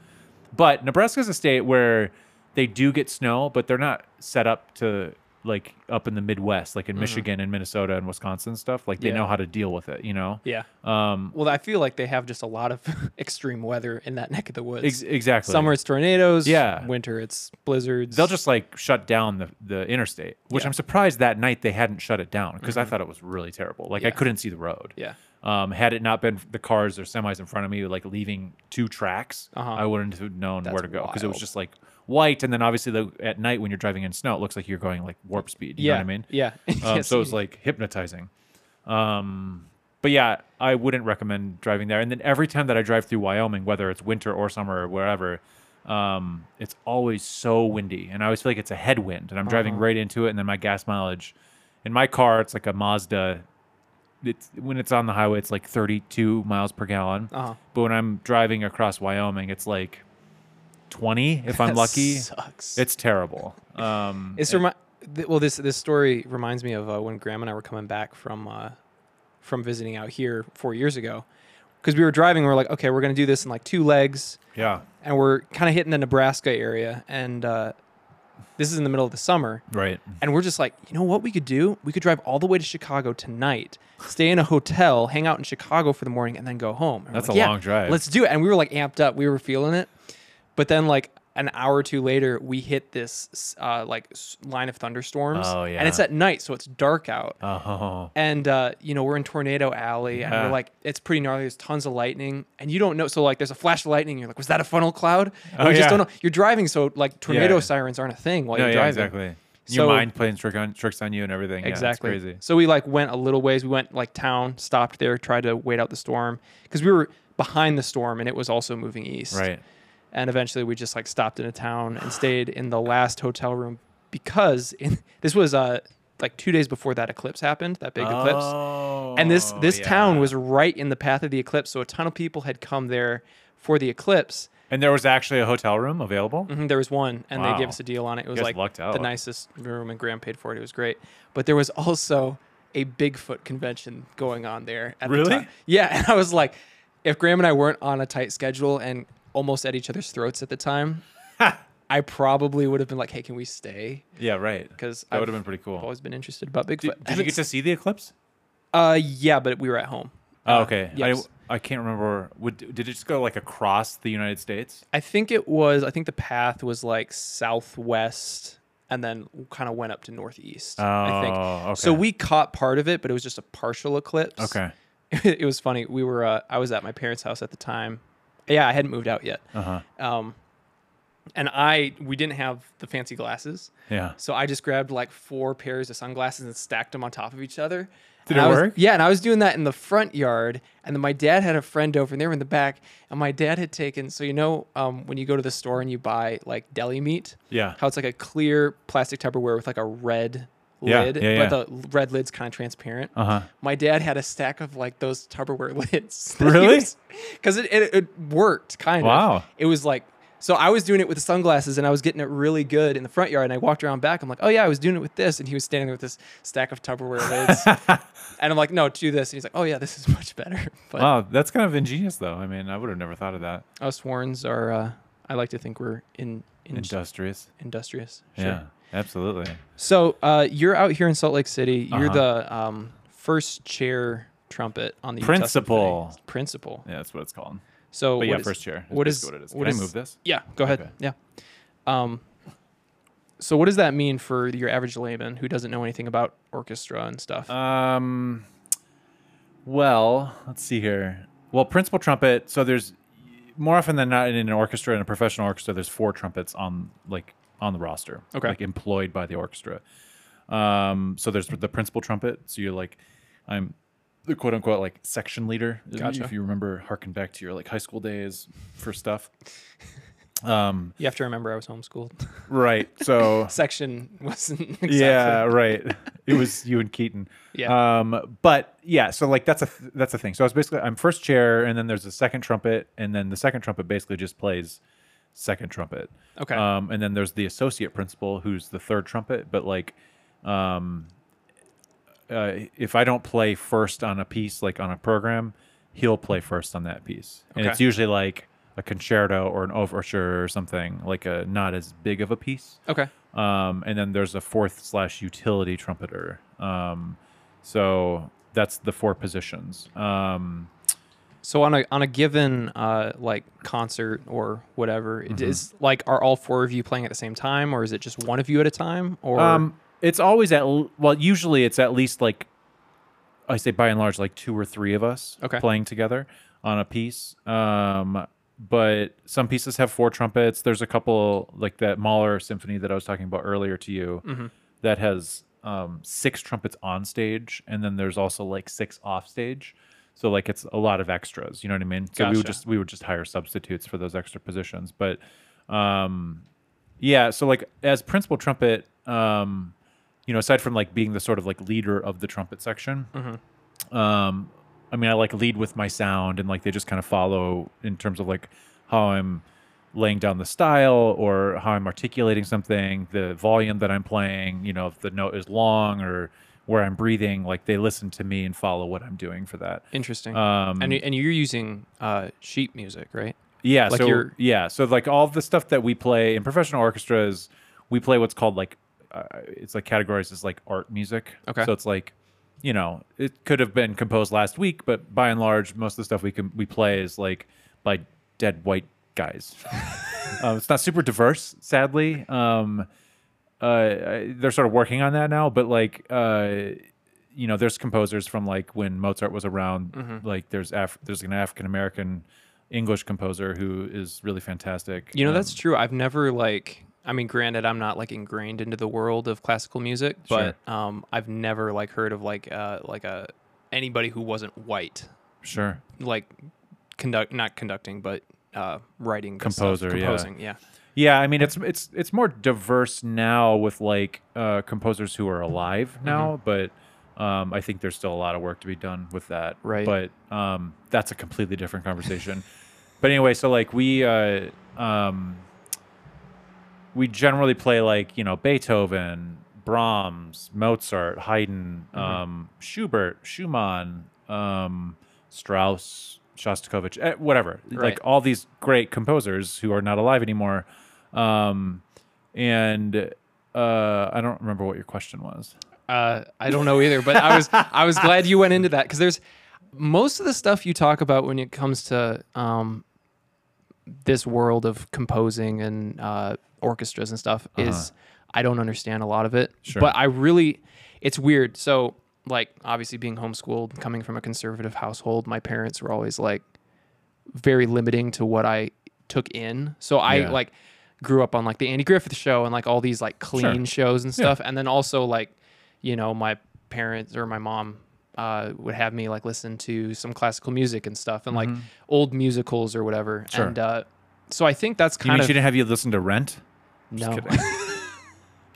S2: But Nebraska's a state where they do get snow, but they're not set up to like up in the Midwest, like in Michigan and Minnesota and Wisconsin and stuff. Like they
S1: Mm-hmm. Yeah.
S2: know how to deal with it, you know?
S1: Yeah.
S2: Um
S1: Well, I feel like they have just a lot of extreme weather in that neck of the woods.
S2: ex- exactly.
S1: Summer it's tornadoes.
S2: Yeah.
S1: Winter it's blizzards.
S2: They'll just like shut down the, the interstate, which
S1: Yeah. Mm-hmm.
S2: I'm surprised that night they hadn't shut it down because I thought it was really terrible. Like I couldn't see the road.
S1: Yeah.
S2: Um, had it not been the cars or semis in front of me, like leaving two tracks,
S1: Uh-huh.
S2: I wouldn't have known where
S1: That's
S2: to go because it was
S1: wild.
S2: just like white. And then obviously the, at night when you're driving in snow, it looks like you're going like warp speed. You
S1: yeah.
S2: know what I mean?
S1: Yeah.
S2: Um,
S1: Yes,
S2: so it was
S1: you-
S2: like hypnotizing. Um, but yeah, I wouldn't recommend driving there. And then every time that I drive through Wyoming, whether it's winter or summer or wherever, um, it's always so windy. And I always feel like it's a headwind. And I'm driving right into it. And then my gas mileage in my car, it's like a Mazda. It's, when it's on the highway, it's like 32 miles per gallon.
S1: Uh-huh.
S2: But when I'm driving across Wyoming, it's like 20 if I'm
S1: That
S2: lucky.
S1: Sucks.
S2: It's terrible. Um,
S1: It's remi- th- well, this this story reminds me of uh, when Graham and I were coming back from uh, from visiting out here four years ago. Because we were driving, we we're like, okay, we're gonna do this in like two legs,
S2: Yeah.
S1: and we're kind of hitting the Nebraska area, and uh, this is in the middle of the summer,
S2: Right.
S1: and we're just like, you know what we could do? We could drive all the way to Chicago tonight, stay in a hotel, hang out in Chicago for the morning, and then go home. And we're
S2: That's
S1: like,
S2: a
S1: "Yeah,
S2: long drive."
S1: Let's do it. And we were like amped up. We were feeling it. But then like an hour or two later, we hit this uh, like s- line of thunderstorms.
S2: Oh,
S1: And it's
S2: yeah.
S1: at night, so it's dark out.
S2: Oh.
S1: And uh, you know we're in tornado alley, and
S2: Yeah.
S1: we're like, it's pretty gnarly. There's tons of lightning, and you don't know. So like, there's a flash of lightning. You're like, was that a funnel cloud? And
S2: Oh,
S1: we just
S2: yeah.
S1: don't know. You're driving, so like tornado
S2: Yeah.
S1: sirens aren't a thing while
S2: No,
S1: you're
S2: yeah,
S1: driving.
S2: exactly.
S1: So-
S2: Your mind playing trick on, tricks on you and everything.
S1: Exactly.
S2: Yeah, it's crazy.
S1: So we like went a little ways. We went like town, stopped there, tried to wait out the storm because we were behind the storm and it was also moving east.
S2: Right.
S1: And eventually we just like stopped in a town and stayed in the last hotel room because in, this was uh like two days before that eclipse happened, that big
S2: Oh,
S1: eclipse. And this this town was right in the path of the eclipse, so a ton of people had come there for the eclipse.
S2: And there was actually a hotel room available.
S1: Mhm, There was one, and they gave
S2: Wow.
S1: us a deal on it. It was
S2: guys
S1: like
S2: lucked
S1: the
S2: out.
S1: nicest room, and Graham paid for it. It was great. But there was also a Bigfoot convention going on there. At The
S2: Really?
S1: time. Yeah, and I was like, if Graham and I weren't on a tight schedule and almost at each other's throats at the time, I probably would have been like, "Hey, can we stay?"
S2: Yeah, right.
S1: Because
S2: That would have been pretty cool.
S1: I've always been interested about Bigfoot.
S2: Did, did you
S1: Haven't
S2: get to
S1: s-
S2: see the eclipse?
S1: uh, yeah, but we were at home.
S2: Oh,
S1: Uh,
S2: okay.
S1: yes.
S2: I, I can't remember. Would, did it just go like across the United States?
S1: I think it was. I think the path was like southwest, and then kind of went up to northeast. I think.
S2: Oh,
S1: So
S2: okay.
S1: we caught part of it, but it was just a partial eclipse.
S2: Okay.
S1: it was funny. We were. Uh, I was at my parents' house at the time. Yeah, I hadn't moved out yet.
S2: Uh huh.
S1: Um, and I we didn't have the fancy glasses,
S2: Yeah.
S1: so I just grabbed like four pairs of sunglasses and stacked them on top of each other.
S2: Did
S1: And I
S2: it
S1: was-
S2: work?
S1: Yeah, and I was doing that in the front yard, and then my dad had a friend over, and they were in the back. And my dad had taken so you know um, when you go to the store and you buy like deli meat,
S2: Yeah.
S1: how it's like a clear plastic Tupperware with like a red
S2: Yeah,
S1: lid,
S2: yeah,
S1: but the l- red lid's kind of transparent.
S2: Uh huh.
S1: My dad had a stack of like those Tupperware lids.
S2: Really?
S1: Because it, it, it worked kind of.
S2: Wow.
S1: It was like, so I was doing it with the sunglasses and I was getting it really good in the front yard. And I walked around back. I'm like, oh yeah, I was doing it with this. And he was standing there with this stack of Tupperware lids. and I'm like, no, do this. And he's like, oh yeah, this is much better. But Mm.
S2: Wow, that's kind of ingenious, though. I mean, I would have never thought of that.
S1: us Warrens are, uh, I like to think we're in, in
S2: Industrious.
S1: industrious.
S2: Yeah, absolutely.
S1: So uh, you're out here in Salt Lake City. You're
S2: Uh-huh.
S1: the um, first chair trumpet on the Utah
S2: Principal.
S1: Symphony. Principal.
S2: Yeah, that's what it's called.
S1: So
S2: But yeah,
S1: what is-
S2: first chair. is
S1: What is
S2: basically what it is.
S1: what
S2: Can
S1: is-
S2: I move this?
S1: Yeah, go ahead.
S2: Okay.
S1: Yeah. Um, so what does that mean for your average layman who doesn't know anything about orchestra and stuff?
S2: Um, well, let's see here. Well, principal trumpet. So there's more often than not in an orchestra, in a professional orchestra, there's four trumpets on like on the roster.
S1: Okay.
S2: like employed by the orchestra. Um, so there's the principal trumpet. So you're like, I'm the quote unquote like section leader.
S1: Gotcha.
S2: If you remember, harken back to your like high school days for stuff. Um,
S1: you have to remember I was homeschooled.
S2: right. So
S1: Section wasn't exactly.
S2: yeah, right. It was you and Keaton.
S1: Yeah.
S2: Um, but yeah, so like that's a that's a thing. So I was basically I'm first chair, and then there's a second trumpet, and then the second trumpet basically just plays second trumpet.
S1: Okay.
S2: Um, and then there's the associate principal, who's the third trumpet. But like, um, uh, if I don't play first on a piece, like on a program, he'll play first on that piece, and
S1: Okay.
S2: it's usually like a concerto or an overture or something like a not as big of a piece
S1: Okay.
S2: um, and then there's a fourth slash utility trumpeter. Um, so that's the four positions. Um,
S1: So on a on a given uh, like concert or whatever,
S2: Mm-hmm.
S1: it is like are all four of you playing at the same time, or is it just one of you at a time? Or
S2: um, it's always at l- well, usually it's at least like I say by and large like two or three of us
S1: Okay.
S2: playing together on a piece. Um, but some pieces have four trumpets. There's a couple like that Mahler symphony that I was talking about earlier to you
S1: Mm-hmm.
S2: that has um, six trumpets on stage, and then there's also like six off stage. So like it's a lot of extras. You know what I mean? So we would
S1: Gotcha.
S2: just we would just hire substitutes for those extra positions. But um, yeah, so like as principal trumpet, um, you know, aside from like being the sort of like leader of the trumpet section, um, I mean, I like lead with my sound, and like they just kind of follow in terms of like how I'm laying down the style or how I'm articulating something, the volume that I'm playing. You know, if the note is long or where I'm breathing, like they listen to me and follow what I'm doing for that.
S1: Interesting.
S2: Um,
S1: and you- and you're using uh, sheet music, right?
S2: yeah,
S1: like
S2: so
S1: your-
S2: yeah, so like all the stuff that we play in professional orchestras, we play what's called like uh, it's like categorized as like art music.
S1: Okay.
S2: so it's like you know it could have been composed last week, but by and large, most of the stuff we can we play is like by dead white guys. um, it's not super diverse, sadly. Um, uh, I- they're sort of working on that now, but like, uh, you know, there's composers from like when Mozart was around.
S1: Mm-hmm.
S2: Like, there's Af- there's an African American English composer who is really fantastic.
S1: You know,
S2: Um,
S1: that's true. I've never like I mean, granted I'm not like ingrained into the world of classical music, but um I've never like heard of like uh like a anybody who wasn't white
S2: sure.
S1: like conduct not conducting but uh writing this stuff,
S2: Composer, yeah.
S1: composing, yeah.
S2: Yeah, I mean it's it's it's more diverse now with like uh, composers who are alive now,
S1: Mm-hmm.
S2: but um, I think there's still a lot of work to be done with that.
S1: Right.
S2: But um, that's a completely different conversation. but anyway, so like we uh, um, we generally play like you know Beethoven, Brahms, Mozart, Haydn,
S1: Mm-hmm.
S2: um, Schubert, Schumann, um, Strauss, Shostakovich, eh, whatever.
S1: Right.
S2: Like all these great composers who are not alive anymore. Um, and uh, I don't remember what your question was.
S1: Uh, I don't know either, but I was I was glad you went into that because there's most of the stuff you talk about when it comes to um, this world of composing and uh, orchestras and stuff is I don't understand a lot of it,
S2: Uh-huh. Sure.
S1: but I really it's weird. So like obviously being homeschooled, coming from a conservative household, my parents were always like very limiting to what I took in. So I
S2: Yeah.
S1: like grew up on like the Andy Griffith show and like all these like clean shows and stuff. And then also like, you know, my parents or my mom uh, would have me like listen to some classical music and stuff and like old musicals or whatever.
S2: Mm-hmm. Sure.
S1: And uh, so I think that's
S2: You mean
S1: kind
S2: she
S1: of
S2: didn't have you listen to Rent?
S1: no.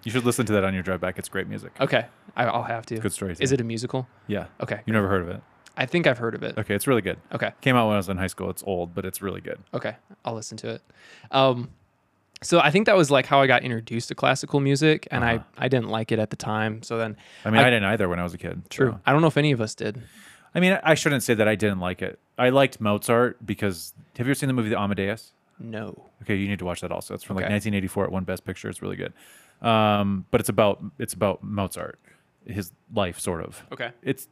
S2: You should listen to that on your drive back. It's great music.
S1: okay, I, I'll have to.
S2: Good story.
S1: Oh, Is it a musical?
S2: Yeah.
S1: Okay,
S2: You never heard of it?
S1: I think I've heard of it.
S2: Okay, it's really good.
S1: Okay.
S2: Came out when I was in high school. It's old, but it's really good.
S1: Okay, I'll listen to it. Um, so I think that was like how I got introduced to classical music, and
S2: Uh-huh.
S1: I I didn't like it at the time. So then,
S2: I mean, I, didn't either when I was a kid.
S1: true.
S2: so-
S1: I don't know if any of us did.
S2: I mean, I shouldn't say that I didn't like it. I liked Mozart because have you ever seen the movie The Amadeus?
S1: No.
S2: Okay, you need to watch that also. It's from like
S1: Okay.
S2: 1984. It won Best Picture. It's really good. Um, but it's about it's about Mozart, his life sort of.
S1: Okay.
S2: It's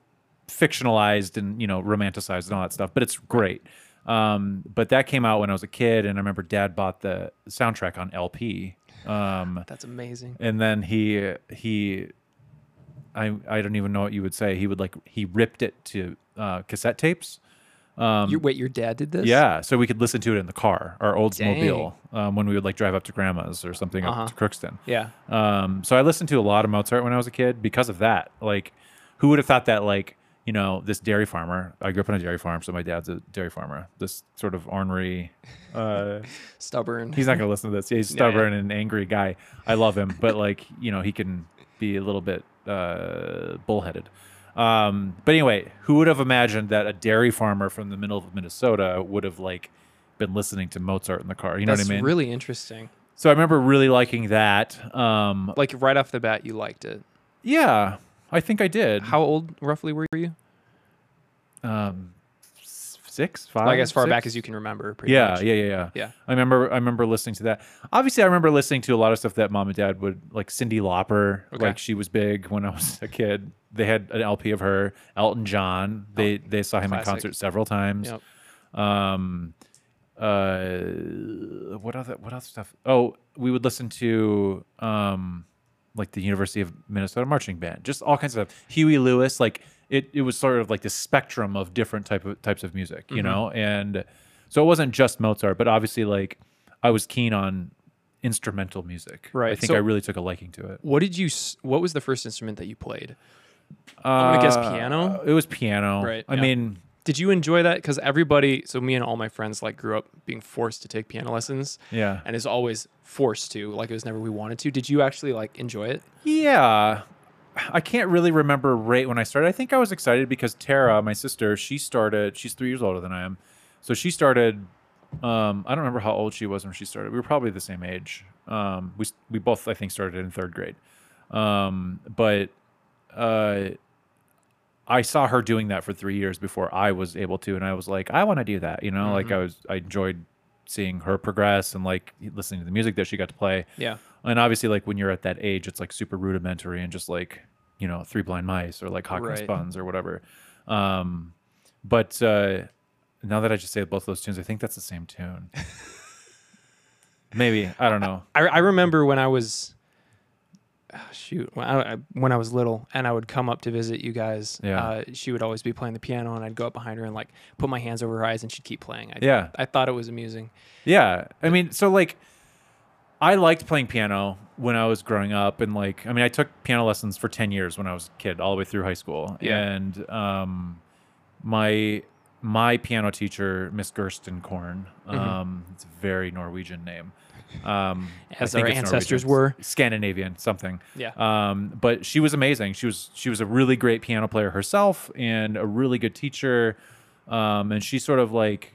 S2: fictionalized and you know romanticized and all that stuff, but it's great. Um, but that came out when I was a kid, and I remember Dad bought the soundtrack on LP. Um,
S1: That's amazing.
S2: and then he he I I don't even know what you would say. He would like he ripped it to uh, cassette tapes.
S1: you, wait, your dad did this?
S2: Um, Yeah, so we could listen to it in the car, our Oldsmobile, um, when we would like drive up to grandma's or something
S1: Uh-huh.
S2: up to Crookston.
S1: Yeah.
S2: Um, so I listened to a lot of Mozart when I was a kid because of that. Like, who would have thought that, like, you know, this dairy farmer, I grew up on a dairy farm, so my dad's a dairy farmer, this sort of ornery, uh,
S1: Stubborn.
S2: he's not going to listen to this. He's
S1: Yeah, yeah.
S2: stubborn and angry guy. I love him, but like, you know, he can be a little bit uh, bullheaded. Um, but anyway, who would have imagined that a dairy farmer from the middle of Minnesota would have like been listening to Mozart in the car? You know
S1: That's
S2: what I mean?
S1: really interesting.
S2: so I remember really liking that. Um,
S1: Like right off the bat, you liked it.
S2: yeah, I think I did.
S1: How old roughly were you?
S2: Um, s- six, five,
S1: Like as far back
S2: six?
S1: as you can remember. Pretty
S2: Yeah,
S1: much.
S2: yeah, yeah, yeah.
S1: Yeah.
S2: I remember I remember listening to that. Obviously, I remember listening to a lot of stuff that mom and dad would like Cindy Lauper,
S1: Okay.
S2: like she was big when I was a kid. They had an LP of her, Elton John. They they saw him
S1: Oh, classic.
S2: in concert several times.
S1: Yep.
S2: Um uh what other what other stuff? Oh, we would listen to um like the University of Minnesota marching band, just all kinds of stuff. Huey Lewis, like it, it was sort of like the spectrum of different type of types of music,
S1: Mm-hmm.
S2: you know. And so it wasn't just Mozart, but obviously, like I was keen on instrumental music. I
S1: Right,
S2: think
S1: so-
S2: I really took a liking to it.
S1: What did you? s- What was the first instrument that you played? I'm gonna guess piano?
S2: Uh, It was piano.
S1: Right,
S2: I
S1: yeah.
S2: mean,
S1: Did you enjoy that? Because everybody, so me and all my friends, like grew up being forced to take piano lessons.
S2: yeah.
S1: and is always forced to like it was never we wanted to did you actually like enjoy it
S2: Yeah. I can't really remember right when I started. I think I was excited because Tara, my sister, she started, she's three years older than I am. So she started, um, I don't remember how old she was when she started. We were probably the same age. Um, we, we both, I think, started in third grade. Um, but uh, I saw her doing that for three years before I was able to, and I was like, I want to do that. You know, like I was, I enjoyed seeing her progress and like listening to the music that she got to play.
S1: Yeah.
S2: And obviously, like when you're at that age, it's like super rudimentary and just like you know, three blind mice or like Hawkins
S1: Right.
S2: Buns or whatever. Um, but uh, now that I just say both those tunes, I think that's the same tune. Maybe I don't know.
S1: I, I remember when I was ah, shoot when I, I- when I was little and I would come up to visit you guys.
S2: Yeah.
S1: Uh, she would always be playing the piano and I'd go up behind her and like put my hands over her eyes and she'd keep playing. I,
S2: Yeah.
S1: I thought it was amusing.
S2: Yeah. I mean, so like I liked playing piano when I was growing up and like I mean, I took piano lessons for 10 years when I was a kid all the way through high school.
S1: Yeah.
S2: And um my my piano teacher, Miss Gersten Korn,
S1: Mm-hmm.
S2: um it's a very Norwegian name. Um I
S1: As
S2: think
S1: our
S2: it's
S1: ancestors
S2: Norwegian. Scandinavian something.
S1: Yeah.
S2: Um, but she was amazing. She was she was a really great piano player herself and a really good teacher. Um, and she sort of like,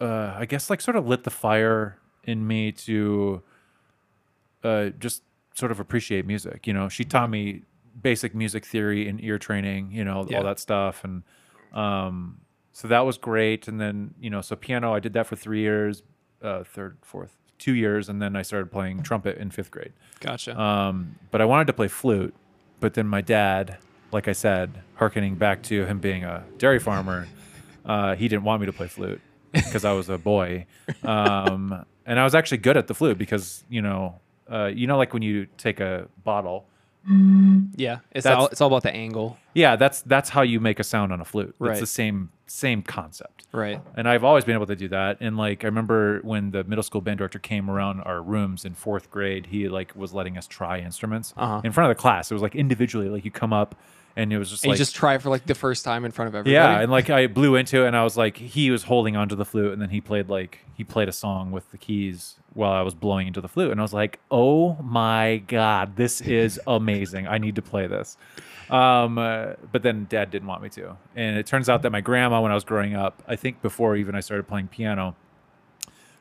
S2: uh, I guess like sort of lit the fire in me to uh, just sort of appreciate music. You know, she taught me basic music theory and ear training. You know,
S1: Yeah.
S2: all that stuff and. Um, so that was great. And then, you know, so piano, I did that for three years, uh, third, fourth, two years. And then I started playing trumpet in fifth grade.
S1: Gotcha.
S2: Um, but I wanted to play flute. But then my dad, like I said, hearkening back to him being a dairy farmer, uh, he didn't want me to play flute because I was a boy. Um, and I was actually good at the flute because, you know, uh, you know, like when you take a bottle
S1: yeah. It's
S2: that's-
S1: all it's all about the angle.
S2: yeah, that's that's how you make a sound on a flute. It's
S1: Right.
S2: the same same concept.
S1: Right.
S2: And I've always been able to do that. And like I remember when the middle school band director came around our rooms in fourth grade, he like was letting us try instruments
S1: Uh-huh.
S2: in front of the class. It was like individually, like you come up and it was just
S1: And
S2: like
S1: you just try it for like the first time in front of everybody.
S2: yeah, and like I blew into it, and I was like, he was holding onto the flute, and then he played like he played a song with the keys while I was blowing into the flute, and I was like, oh my god, this is amazing! I need to play this. Um, uh, but then Dad didn't want me to, and it turns out that my grandma, when I was growing up, I think before even I started playing piano,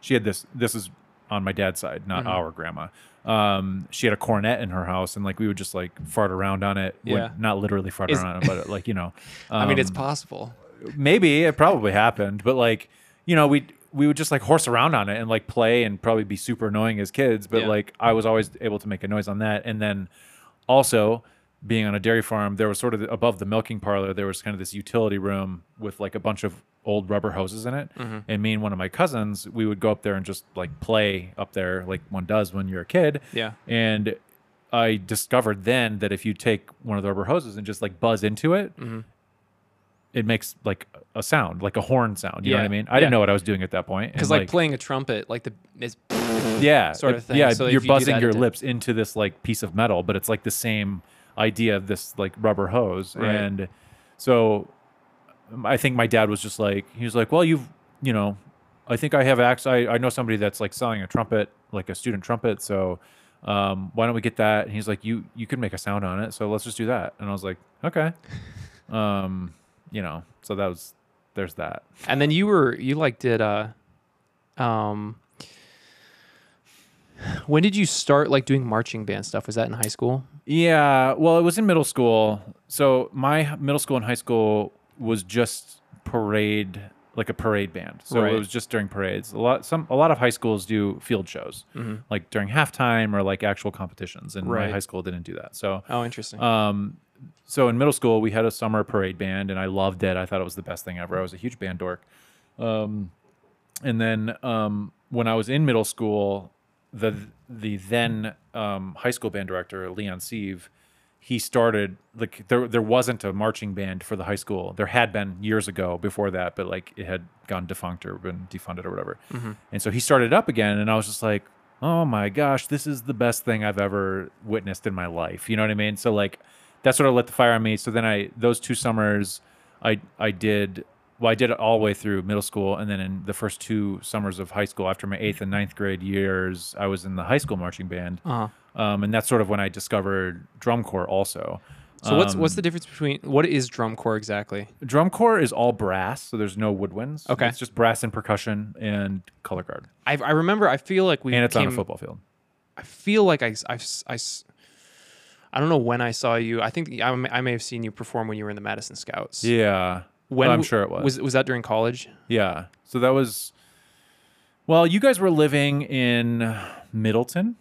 S2: she had this this is on my dad's side not
S1: Mm-hmm.
S2: our grandma um she had a cornet in her house and like we would just like fart around on it Would-
S1: Yeah.
S2: not literally fart
S1: Is-
S2: around on it but like you know
S1: I mean, it's
S2: um,
S1: possible.
S2: maybe it probably happened but like you know we we would just like horse around on it and like play and probably be super annoying as kids but
S1: Yeah.
S2: like i was always able to make a noise on that and then also being on a dairy farm there was sort of above the milking parlor there was kind of this utility room with like a bunch of old rubber hoses in it
S1: Mm-hmm.
S2: and me and one of my cousins we would go up there and just like play up there like one does when you're a kid
S1: Yeah.
S2: and I discovered then that if you take one of the rubber hoses and just like buzz into it,
S1: Mm-hmm.
S2: it makes like a sound, like a horn sound. You know what I
S1: Yeah.
S2: mean? I didn't
S1: Yeah.
S2: know what I was doing at that point.
S1: Because
S2: And,
S1: like, playing a trumpet, like the it's
S2: yeah,
S1: sort of
S2: it-
S1: thing.
S2: Yeah,
S1: So if
S2: you're
S1: you do
S2: buzzing
S1: that,
S2: your
S1: it-
S2: lips into this like piece of metal, but it's like the same idea of this like rubber hose.
S1: Right.
S2: And so um, I think my dad was just like, he was like, well, you've, you know, I think I have access. I, I know somebody that's like selling a trumpet, like a student trumpet. So um, why don't we get that? And he's like, you, you can make a sound on it. So let's just do that. And I was like, okay. um, you know, so that was, there's that.
S1: And then you were you like did uh um when did you start like doing marching band stuff? Was that in high school?
S2: Yeah, well, it was in middle school. So my h- middle school and high school was just parade, like a parade band. So
S1: Right.
S2: it was just during parades. A lot, some, a lot of high schools do field shows, like during halftime or like actual competitions. And
S1: Mm-hmm. Right.
S2: my high school didn't do that. So,
S1: Oh, interesting.
S2: um, so in middle school we had a summer parade band, and I loved it. I thought it was the best thing ever. I was a huge band dork. Um, and then um, when I was in middle school, the the then um, high school band director Leon Sieve, he started like there there wasn't a marching band for the high school. There had been years ago before that, but like it had gone defunct or been defunded or whatever. And so he started up again, and I was just like, oh my gosh, this is the best thing I've ever witnessed in my life. You know what I mean? So like that sort of lit the fire on me. So then I those two summers I I did well, I did it all the way through middle school, and then in the first two summers of high school, after my eighth and ninth grade years, I was in the high school marching band,
S1: Uh-huh.
S2: um, and that's sort of when I discovered drum corps. Also,
S1: So what's what's
S2: um,
S1: the difference between what is drum corps exactly?
S2: drum corps is all brass, so there's no woodwinds.
S1: Okay.
S2: it's just brass and percussion and color guard,
S1: I, I remember I feel like we
S2: and it's on a
S1: came-
S2: football field.
S1: I feel like I s- I've s- I s- I I don't know when I saw you. I think I may, I may have seen you perform when you were in the Madison Scouts.
S2: Yeah.
S1: When
S2: Well, I'm
S1: w-
S2: sure it was.
S1: Was was that during college?
S2: Yeah. So that was. Well, you guys were living in Middleton.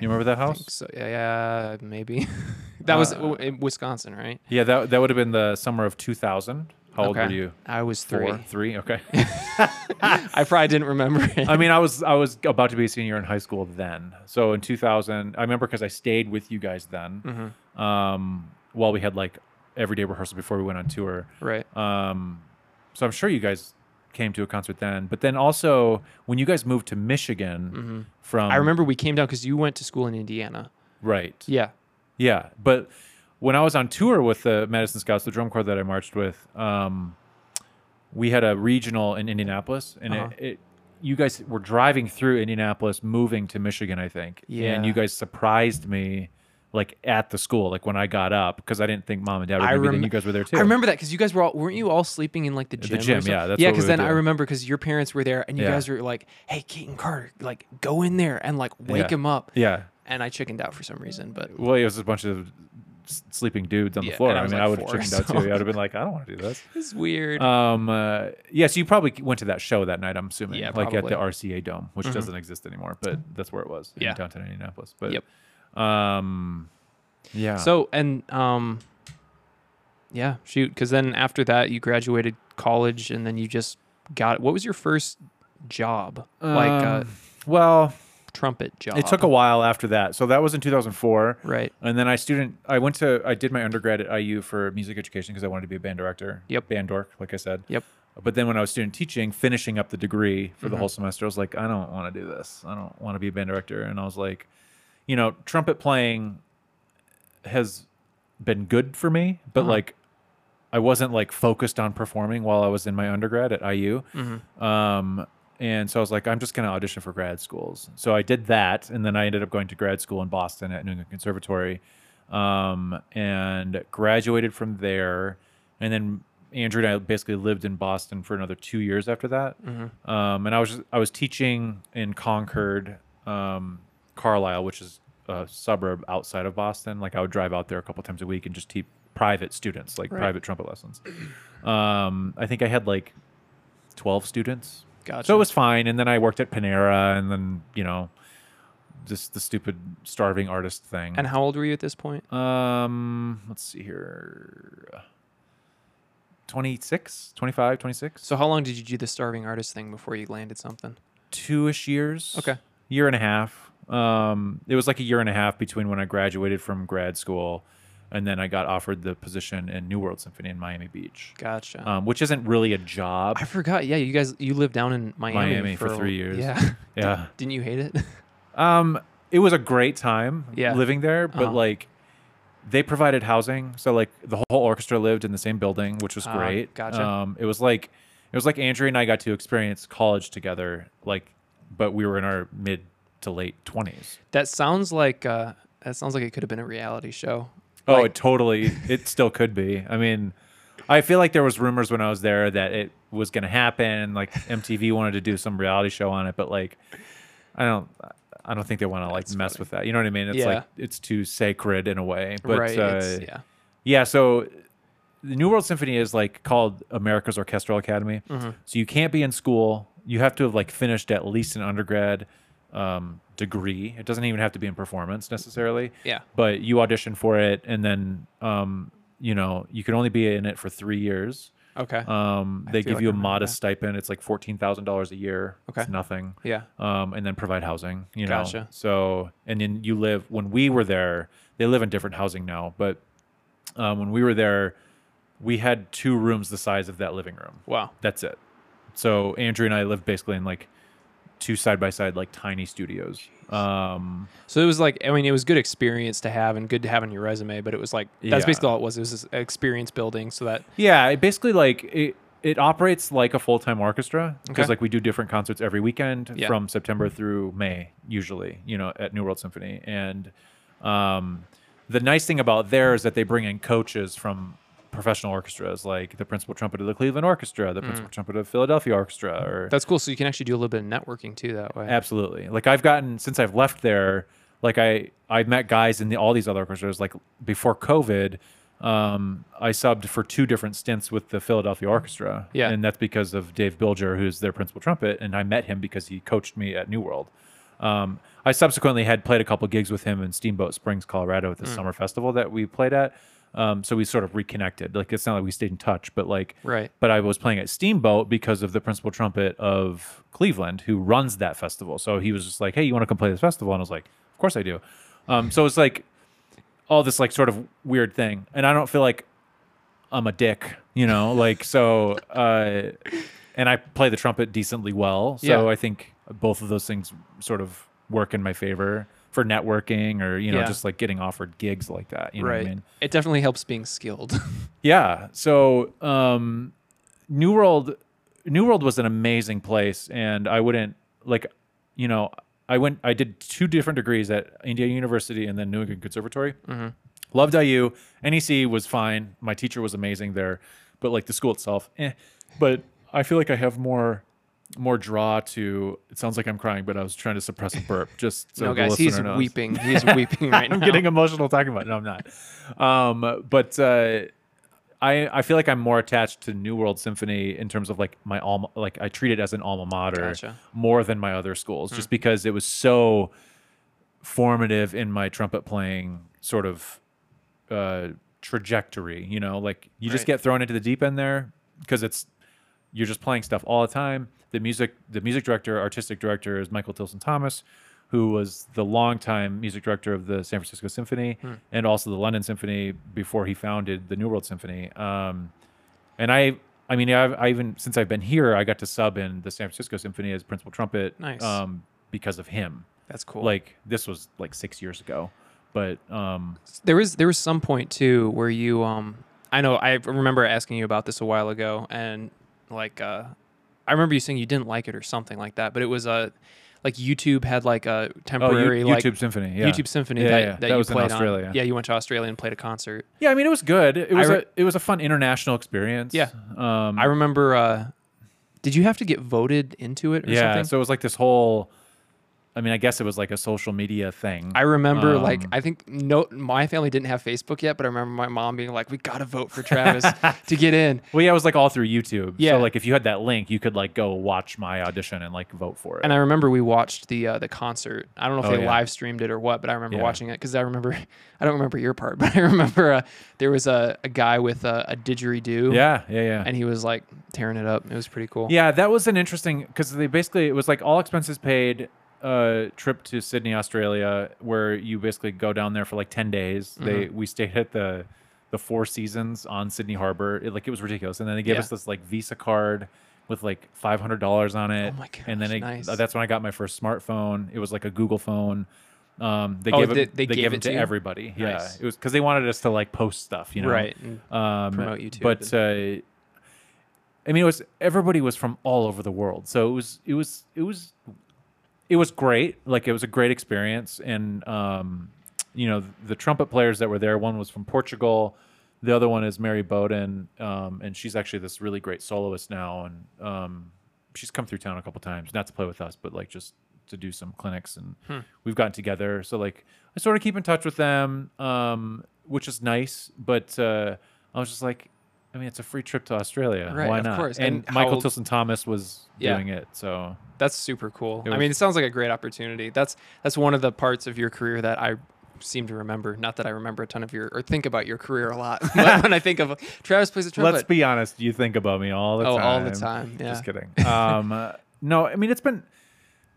S2: You remember that
S1: think
S2: house?
S1: So yeah, maybe. that was
S2: Uh,
S1: w- in Wisconsin, right?
S2: Yeah, that that would have been the summer of 2000. How old
S1: Okay.
S2: were you?
S1: I was three.
S2: Four, three. Okay.
S1: I probably didn't remember it.
S2: I mean, I was I was about to be a senior in high school then. So in 2000, I remember because I stayed with you guys then.
S1: Mm-hmm.
S2: Um, while we had like everyday rehearsal before we went on tour.
S1: right.
S2: Um, so I'm sure you guys came to a concert then. But then also when you guys moved to Michigan from
S1: Mm-hmm. I remember we came down because you went to school in Indiana.
S2: right.
S1: Yeah.
S2: Yeah, but when I was on tour with the Madison Scouts, the drum corps that I marched with, um, we had a regional in Indianapolis, and
S1: Uh-huh.
S2: it, it, you guys were driving through Indianapolis, moving to Michigan, I think.
S1: Yeah.
S2: and you guys surprised me, like at the school, like when I got up, because I didn't think mom and dad were
S1: I
S2: going to be there. and
S1: remem-
S2: You guys were there too.
S1: I remember that because you guys were all weren't you all sleeping in like the gym? or
S2: gym,
S1: something?
S2: yeah, that's
S1: yeah.
S2: what we
S1: Because
S2: would
S1: then I
S2: do.
S1: remember because your parents were there and you
S2: Yeah.
S1: guys were like, "Hey, Keaton Carter, like go in there and like wake
S2: Yeah.
S1: him up."
S2: Yeah.
S1: And I chickened out for some reason, but
S2: Well, it was a bunch of s- sleeping dudes on
S1: Yeah,
S2: the floor.
S1: and I
S2: I,
S1: was
S2: mean,
S1: like
S2: I would have
S1: four,
S2: chickened
S1: so-
S2: out too. I would have been like, I don't want to do this.
S1: it's weird.
S2: Um. Uh, yeah. So you probably went to that show that night. I'm assuming.
S1: Yeah,
S2: Like at
S1: probably. Mm-hmm.
S2: the RCA Dome, which doesn't exist anymore, but that's where it was.
S1: Yeah.
S2: In downtown Indianapolis. But.
S1: Yep.
S2: Um. Yeah.
S1: So and um, yeah, shoot. Because then after that, you graduated college, and then you just got. What was your first job? like uh,
S2: Um, well,
S1: trumpet job.
S2: it took a while after that. So that was in 2004.
S1: right.
S2: And then I student, I went to, I did my undergrad at IU for music education because I wanted to be a band director.
S1: Yep.
S2: Band dork, like I said.
S1: Yep.
S2: But then when I was student teaching, finishing up the degree for the whole semester, I was like, I don't want to do this. I don't want to be a band director. And I was like, you know, trumpet playing has been good for me, but
S1: Uh-huh.
S2: like, I wasn't like focused on performing while I was in my undergrad at IU. Um, and so I was like, I'm just going to audition for grad schools. So I did that. And then I ended up going to grad school in Boston at New England Conservatory um, and graduated from there. And then Andrew and I basically lived in Boston for another two years after that. Um, and I was just, I was teaching in Concord, um, Carlisle, which is a suburb outside of Boston. Like I would drive out there a couple times a week and just teach private students, like
S1: Right.
S2: private trumpet lessons. Um, I think I had like 12 students.
S1: Gotcha.
S2: So it was fine. And then I worked at Panera and then, you know, just the stupid starving artist thing.
S1: and how old were you at this point?
S2: Uh, um, let's see here. 26, 25, 26.
S1: So how long did you do the starving artist thing before you landed something?
S2: two-ish years.
S1: Okay.
S2: Year and a half. Um, it was like a year and a half between when I graduated from grad school and then I got offered the position in New World Symphony in Miami Beach.
S1: Gotcha.
S2: Um, which isn't really a job.
S1: I forgot. Yeah, you guys, you lived down in Miami,
S2: Miami for
S1: a-
S2: three years.
S1: Yeah.
S2: yeah.
S1: Didn't you hate it?
S2: Um, it was a great time
S1: Yeah.
S2: living there, but
S1: Uh-huh.
S2: like they provided housing, so like the whole orchestra lived in the same building, which was
S1: Ah,
S2: great.
S1: gotcha.
S2: Um, it was like it was like Andrew and I got to experience college together, like, but we were in our mid to late twenties.
S1: That sounds like uh, that sounds like it could have been a reality show.
S2: Oh,
S1: Like-
S2: it totally. It still could be. I mean, I feel like there was rumors when I was there that it was going to happen. Like MTV wanted to do some reality show on it, but like, I don't. I don't think they want to like
S1: That's
S2: mess
S1: funny.
S2: with that. You know what I mean? It's
S1: Yeah.
S2: like it's too sacred in a way. But
S1: right.
S2: uh,
S1: it's, yeah.
S2: yeah, so the New World Symphony is like called America's Orchestral Academy.
S1: Mm-hmm.
S2: So you can't be in school. You have to have like finished at least an undergrad um, degree. It doesn't even have to be in performance necessarily.
S1: Yeah.
S2: But you audition for it, and then um, you know you can only be in it for three years.
S1: Okay.
S2: Um, they
S1: feel
S2: give
S1: like
S2: you
S1: I
S2: a
S1: remember
S2: modest stipend. It's like fourteen thousand dollars a year.
S1: Okay.
S2: It's nothing
S1: yeah.
S2: um, and then provide housing. You know,
S1: Gotcha.
S2: so and then you live. When we were there, they live in different housing now, but um, when we were there, we had two rooms the size of that living room.
S1: Wow.
S2: That's it. So Andrew and I lived basically in like two side by side, like tiny studios. Um,
S1: So it was like I mean it was good experience to have and good to have on your resume, but it was like that's
S2: Yeah.
S1: basically all it was. It was this experience building so that
S2: Yeah, it basically like it it operates like a full time orchestra because
S1: Okay.
S2: like we do different concerts every weekend
S1: Yeah.
S2: from September through May usually, you know, at New World Symphony. And um, the nice thing about there is that they bring in coaches from professional orchestras, like the principal trumpet of the Cleveland Orchestra,
S1: Mm-hmm.
S2: the principal trumpet of Philadelphia Orchestra, or
S1: that's cool. So you can actually do a little bit of networking too that way.
S2: Absolutely. Like I've gotten since I've left there, like I I met guys in the, all these other orchestras. Like before COVID, um, I subbed for two different stints with the Philadelphia Orchestra.
S1: Yeah.
S2: and that's because of Dave Bilger, who's their principal trumpet, and I met him because he coached me at New World. Um, I subsequently had played a couple gigs with him in Steamboat Springs, Colorado, at the
S1: Hmm.
S2: summer festival that we played at. Um, so we sort of reconnected. Like it's not like we stayed in touch, but like
S1: Right.
S2: but I was playing at Steamboat because of the principal trumpet of Cleveland, who runs that festival. So he was just like, "Hey, you want to come play this festival?" And I was like, "Of course I do." Um, so it's like all this like sort of weird thing, and I don't feel like I'm a dick, you know, like so. Uh, and I play the trumpet decently well, so
S1: Yeah.
S2: I think both of those things sort of work in my favor for networking or you know
S1: Yeah.
S2: just like getting offered gigs like that. You know
S1: right.
S2: what I mean?
S1: It definitely helps being skilled.
S2: Yeah. So um, New World, New World was an amazing place, and I wouldn't like, you know, I went, I did two different degrees at Indiana University and then New England Conservatory.
S1: Mm-hmm.
S2: Loved IU. NEC E was fine. My teacher was amazing there, but like the school itself, eh. But I feel like I have more. More draw to it sounds like I'm crying, but I was trying to suppress a burp. Just so
S1: no,
S2: the
S1: guys, he's
S2: listener knows.
S1: weeping. He's weeping right now.
S2: I'm getting emotional talking about it. No, I'm not. Um, but uh, I I feel like I'm more attached to New World Symphony in terms of like my alma like I treat it as an alma mater
S1: Gotcha.
S2: more than my other schools, just because it was so formative in my trumpet playing sort of uh, trajectory. You know, like you just
S1: Right.
S2: get thrown into the deep end there because it's you're just playing stuff all the time. The music, the music director, artistic director is Michael Tilson Thomas, who was the longtime music director of the San Francisco Symphony
S1: Hmm.
S2: and also the London Symphony before he founded the New World Symphony. Um, and I, I mean, I've, I even since I've been here, I got to sub in the San Francisco Symphony as principal trumpet,
S1: Nice.
S2: um, because of him.
S1: That's cool.
S2: Like this was like six years ago, but um,
S1: there was there was some point too where you um I know I remember asking you about this a while ago and like uh I remember you saying you didn't like it or something like that, but it was uh, like YouTube had like a
S2: oh, you-
S1: temporary
S2: YouTube
S1: like
S2: Symphony, yeah.
S1: YouTube Symphony
S2: Yeah,
S1: that,
S2: yeah.
S1: that,
S2: That
S1: you
S2: was in
S1: played
S2: Australia.
S1: on. Yeah, you went to Australia and played a concert.
S2: Yeah, I mean it was good. It was
S1: re-
S2: a it was a fun international experience.
S1: Yeah.
S2: um,
S1: I remember. uh Did you have to get voted into it or
S2: yeah.
S1: something?
S2: So it was like this whole. I mean, I guess it was like a social media thing.
S1: I remember, like,
S2: Um,
S1: I think no, my family didn't have Facebook yet, but I remember my mom being like, "We gotta vote for Travis to get in."
S2: well, yeah, it was like all through YouTube.
S1: Yeah.
S2: So like, if you had that link, you could like go watch my audition and like vote for it.
S1: And I remember we watched the uh, the concert. I don't know if
S2: Oh,
S1: they
S2: yeah.
S1: live streamed it or what, but I remember
S2: Yeah.
S1: watching it because I remember I don't remember your part, but I remember uh, there was a, a guy with a, a didgeridoo,
S2: yeah, yeah, yeah.
S1: and he was like tearing it up. It was pretty cool.
S2: yeah, that was an interesting because they basically it was like all expenses paid uh trip to Sydney, Australia, where you basically go down there for like ten days. They
S1: Mm-hmm.
S2: we stayed at the the Four Seasons on Sydney Harbor. It, like it was ridiculous, and then they gave
S1: Yeah.
S2: us this like Visa card with like five hundred dollars on it.
S1: Oh my
S2: And then
S1: gosh,
S2: it, uh,
S1: nice.
S2: that's when I got my first smartphone. It was like a Google phone. Um, they
S1: Oh,
S2: gave
S1: they-
S2: it,
S1: they
S2: they
S1: gave
S2: gave
S1: it
S2: it to,
S1: to you?
S2: everybody.
S1: Nice.
S2: Yeah, it was because they wanted us to like post stuff, you know,
S1: Right, and
S2: Um,
S1: promote YouTube
S2: But uh, I mean, it was everybody was from all over the world, so it was it was it was it was great. Like it was a great experience, and um, you know, the trumpet players that were there. One was from Portugal, the other one is Mary Bowden, um, and she's actually this really great soloist now, and um, she's come through town a couple times, not to play with us, but like just to do some clinics, and
S1: Hmm.
S2: we've gotten together. So like, I sort of keep in touch with them, um, which is nice. But uh, I was just like. I mean, it's a free trip to Australia.
S1: Right,
S2: Why
S1: of
S2: not?
S1: course.
S2: And,
S1: And how
S2: Michael
S1: old-
S2: Tilson Thomas was
S1: Yeah.
S2: doing it, so
S1: That's super cool. I
S2: It was-
S1: mean, it sounds like a great opportunity. That's that's one of the parts of your career that I seem to remember. Not that I remember a ton of your or think about your career a lot, but when I think of Travis plays the trumpet,
S2: Let's be honest. You think about me all the
S1: Oh,
S2: time.
S1: all the time, yeah.
S2: Just kidding. Um, uh, no, I mean it's been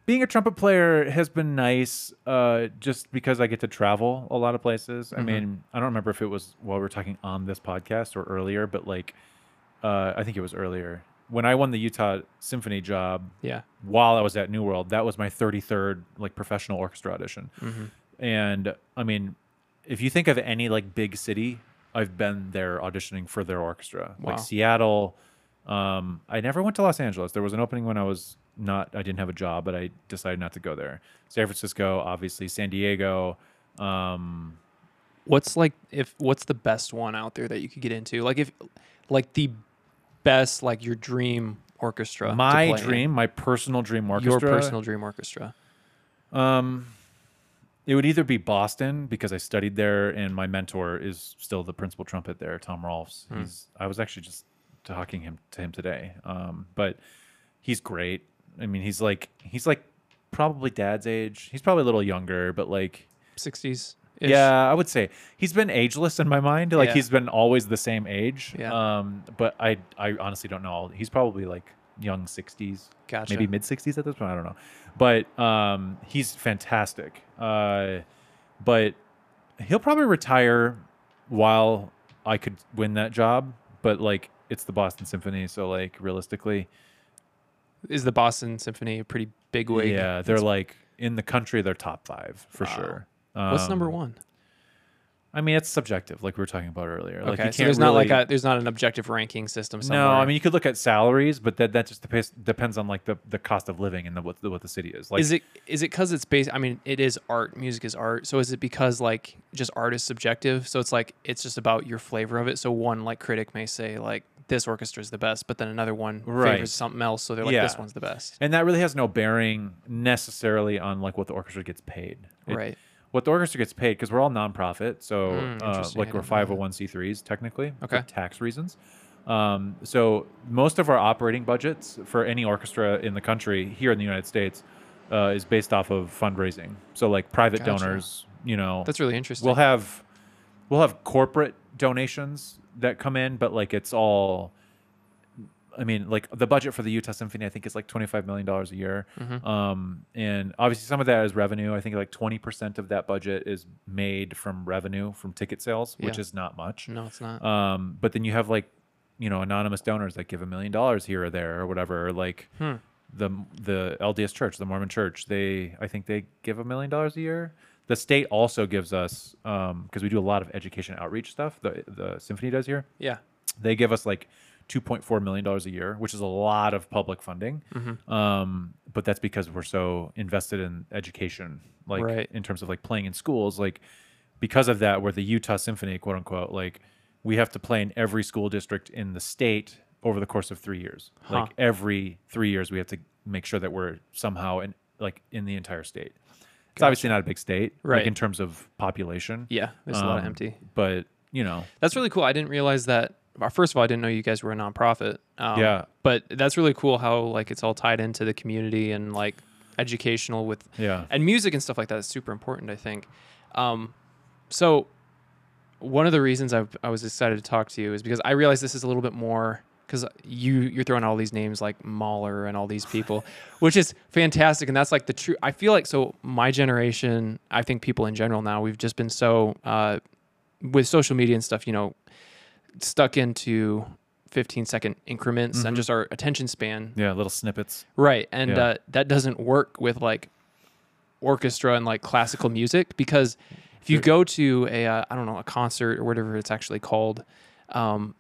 S2: being a trumpet player has been nice. Uh, just because I get to travel a lot of places.
S1: Mm-hmm.
S2: I mean, I don't remember if it was while we were talking on this podcast or earlier, but like, uh, I think it was earlier when I won the Utah Symphony job
S1: yeah,
S2: while I was at New World. That was my 33rd like professional orchestra audition.
S1: Mm-hmm.
S2: And I mean, if you think of any like big city, I've been there auditioning for their orchestra,
S1: Wow.
S2: like Seattle. Um, I never went to Los Angeles. There was an opening when I was not, I didn't have a job, but I decided not to go there. San Francisco, obviously, San Diego. Um,
S1: what's like if what's the best one out there that you could get into like if like the best like your dream orchestra to
S2: my
S1: play in?
S2: dream, my personal dream orchestra.
S1: your personal dream orchestra
S2: Um, It would either be Boston because I studied there, and my mentor is still the principal trumpet there, Tom Rolfs.
S1: Hmm.
S2: He's I was actually just talking him to him today, um, but he's great. I mean, he's like he's like probably dad's age. He's probably a little younger, but like
S1: 60s.
S2: yeah, I would say he's been ageless in my mind. Like
S1: Yeah.
S2: he's been always the same age.
S1: Yeah.
S2: Um, but I I honestly don't know. all- He's probably like young sixties,
S1: Gotcha.
S2: maybe mid sixties at this point. I don't know. But um, he's fantastic. Uh, but he'll probably retire while I could win that job. But like it's the Boston Symphony, so like realistically,
S1: Is the Boston Symphony a pretty big wig?
S2: yeah, they're like in the country, they're top five for
S1: Wow.
S2: sure.
S1: What's
S2: Um,
S1: number one?
S2: I mean, it's subjective, like we were talking about earlier.
S1: Okay,
S2: Like, you can't
S1: so there's not like
S2: really-
S1: a there's not an objective ranking system. Somewhere.
S2: No, I mean you could look at salaries, but that that just depends depends on like the, the cost of living and the, what the, what the city is. Like
S1: is it is it because it's based? I mean, it is art. Music is art. So is it because like just art is subjective? So it's like it's just about your flavor of it. So one like critic may say like this orchestra is the best, but then another one
S2: Right.
S1: favors something else. So they're like this
S2: Yeah.
S1: one's the best.
S2: and that really has no bearing necessarily on like what the orchestra gets paid. It-
S1: Right.
S2: What the orchestra gets paid because we're all nonprofit, so
S1: Mm,
S2: uh,
S1: interesting. I
S2: like we're
S1: didn't know that.
S2: five hundred one c threes technically
S1: Okay.
S2: for tax reasons. Um, so most of our operating budgets for any orchestra in the country here in the United States uh, is based off of fundraising. So like private
S1: Gotcha.
S2: donors, you know,
S1: That's really interesting.
S2: we'll have we'll have corporate donations that come in but like it's all i mean like the budget for the utah symphony i think is like 25 million dollars a year
S1: Mm-hmm.
S2: um and obviously some of that is revenue i think like 20% of that budget is made from revenue from ticket sales which
S1: Yeah. Mm-hmm.
S2: is not much
S1: no, it's not.
S2: um but then you have like you know anonymous donors that give a million dollars here or there or whatever or like
S1: Hmm.
S2: the the LDS Church, the Mormon Church, they I think they give a million dollars a year. The state also gives us because we do a lot of education outreach stuff. The the symphony does here.
S1: Yeah.
S2: They give us like two point four million dollars a year, which is a lot of public funding.
S1: Mm-hmm.
S2: Um, but that's because we're so invested in education, like
S1: Right.
S2: in terms of like playing in schools. Like because of that, we're the Utah Symphony, quote unquote. Like we have to play in every school district in the state over the course of three years. Like every three years, we have to make sure that we're somehow in like in the entire state. It's obviously not a big state,
S1: Right.
S2: Like in terms of population.
S1: Yeah. There's a lot of
S2: Um,
S1: empty.
S2: But you know,
S1: That's really cool. I didn't realize that. well, First of all, I didn't know you guys were a nonprofit. Um,
S2: Yeah.
S1: But that's really cool how like it's all tied into the community and like educational with
S2: Yeah.
S1: and music and stuff like that is super important. I think. Um, so one of the reasons I I was excited to talk to you is because I realize this is a little bit more because you you're throwing out all these names like Mahler and all these people, which is fantastic. And that's like the true. I feel like so my generation, I think people in general now, we've just been so uh, with social media and stuff, you know, stuck into 15 second increments and just our attention span
S2: yeah, little snippets.
S1: Right. And
S2: Yeah.
S1: uh, that doesn't work with like orchestra and like classical music because if you go to a, uh, I don't know, a concert or whatever it's actually called, um,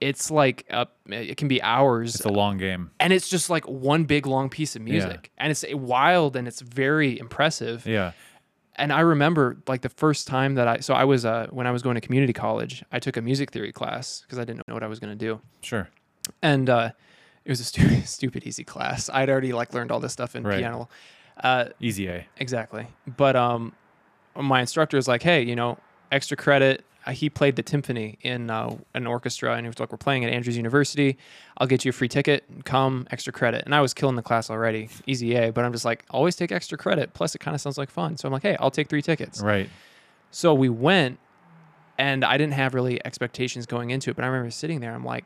S1: it's like up, it can be hours
S2: It's a long game.
S1: and it's just like one big long piece of music and it's eh, wild and it's very impressive
S2: Yeah.
S1: and I remember like the first time that I so I was uh, when I was going to community college, I took a music theory class because I didn't know what I was going to do,
S2: Sure.
S1: and uh, it was a stupid, stupid easy class. I'd already like learned all this stuff in
S2: Right.
S1: piano, uh,
S2: Easy A.
S1: exactly. But um, my instructor was like, "Hey, you know, extra credit." Uh, He played the timpani in uh, an orchestra, and he was like, "We're playing at Andrews University. I'll get you a free ticket. Come, extra credit." And I was killing the class already, easy A. But I'm just like, always take extra credit. Plus, it kind of sounds like fun. So I'm like, "Hey, I'll take three tickets."
S2: Right.
S1: So we went, and I didn't have really expectations going into it, but I remember sitting there. I'm like,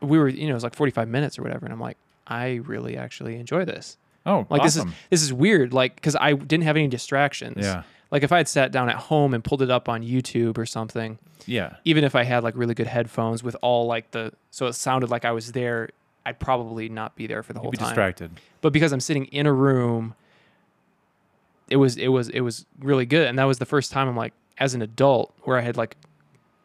S1: we were, you know, it was like 45 minutes or whatever, and I'm like, I really actually enjoy this.
S2: Oh,
S1: Like
S2: awesome.
S1: this is this is weird, like because I didn't have any distractions.
S2: Yeah.
S1: Like if I had sat down at home and pulled it up on YouTube or something,
S2: yeah.
S1: even if I had like really good headphones with all like the so it sounded like I was there, I'd probably not be there for the whole
S2: Be
S1: time
S2: distracted.
S1: but because I'm sitting in a room, it was it was it was really good, and that was the first time I'm like, as an adult, where I had like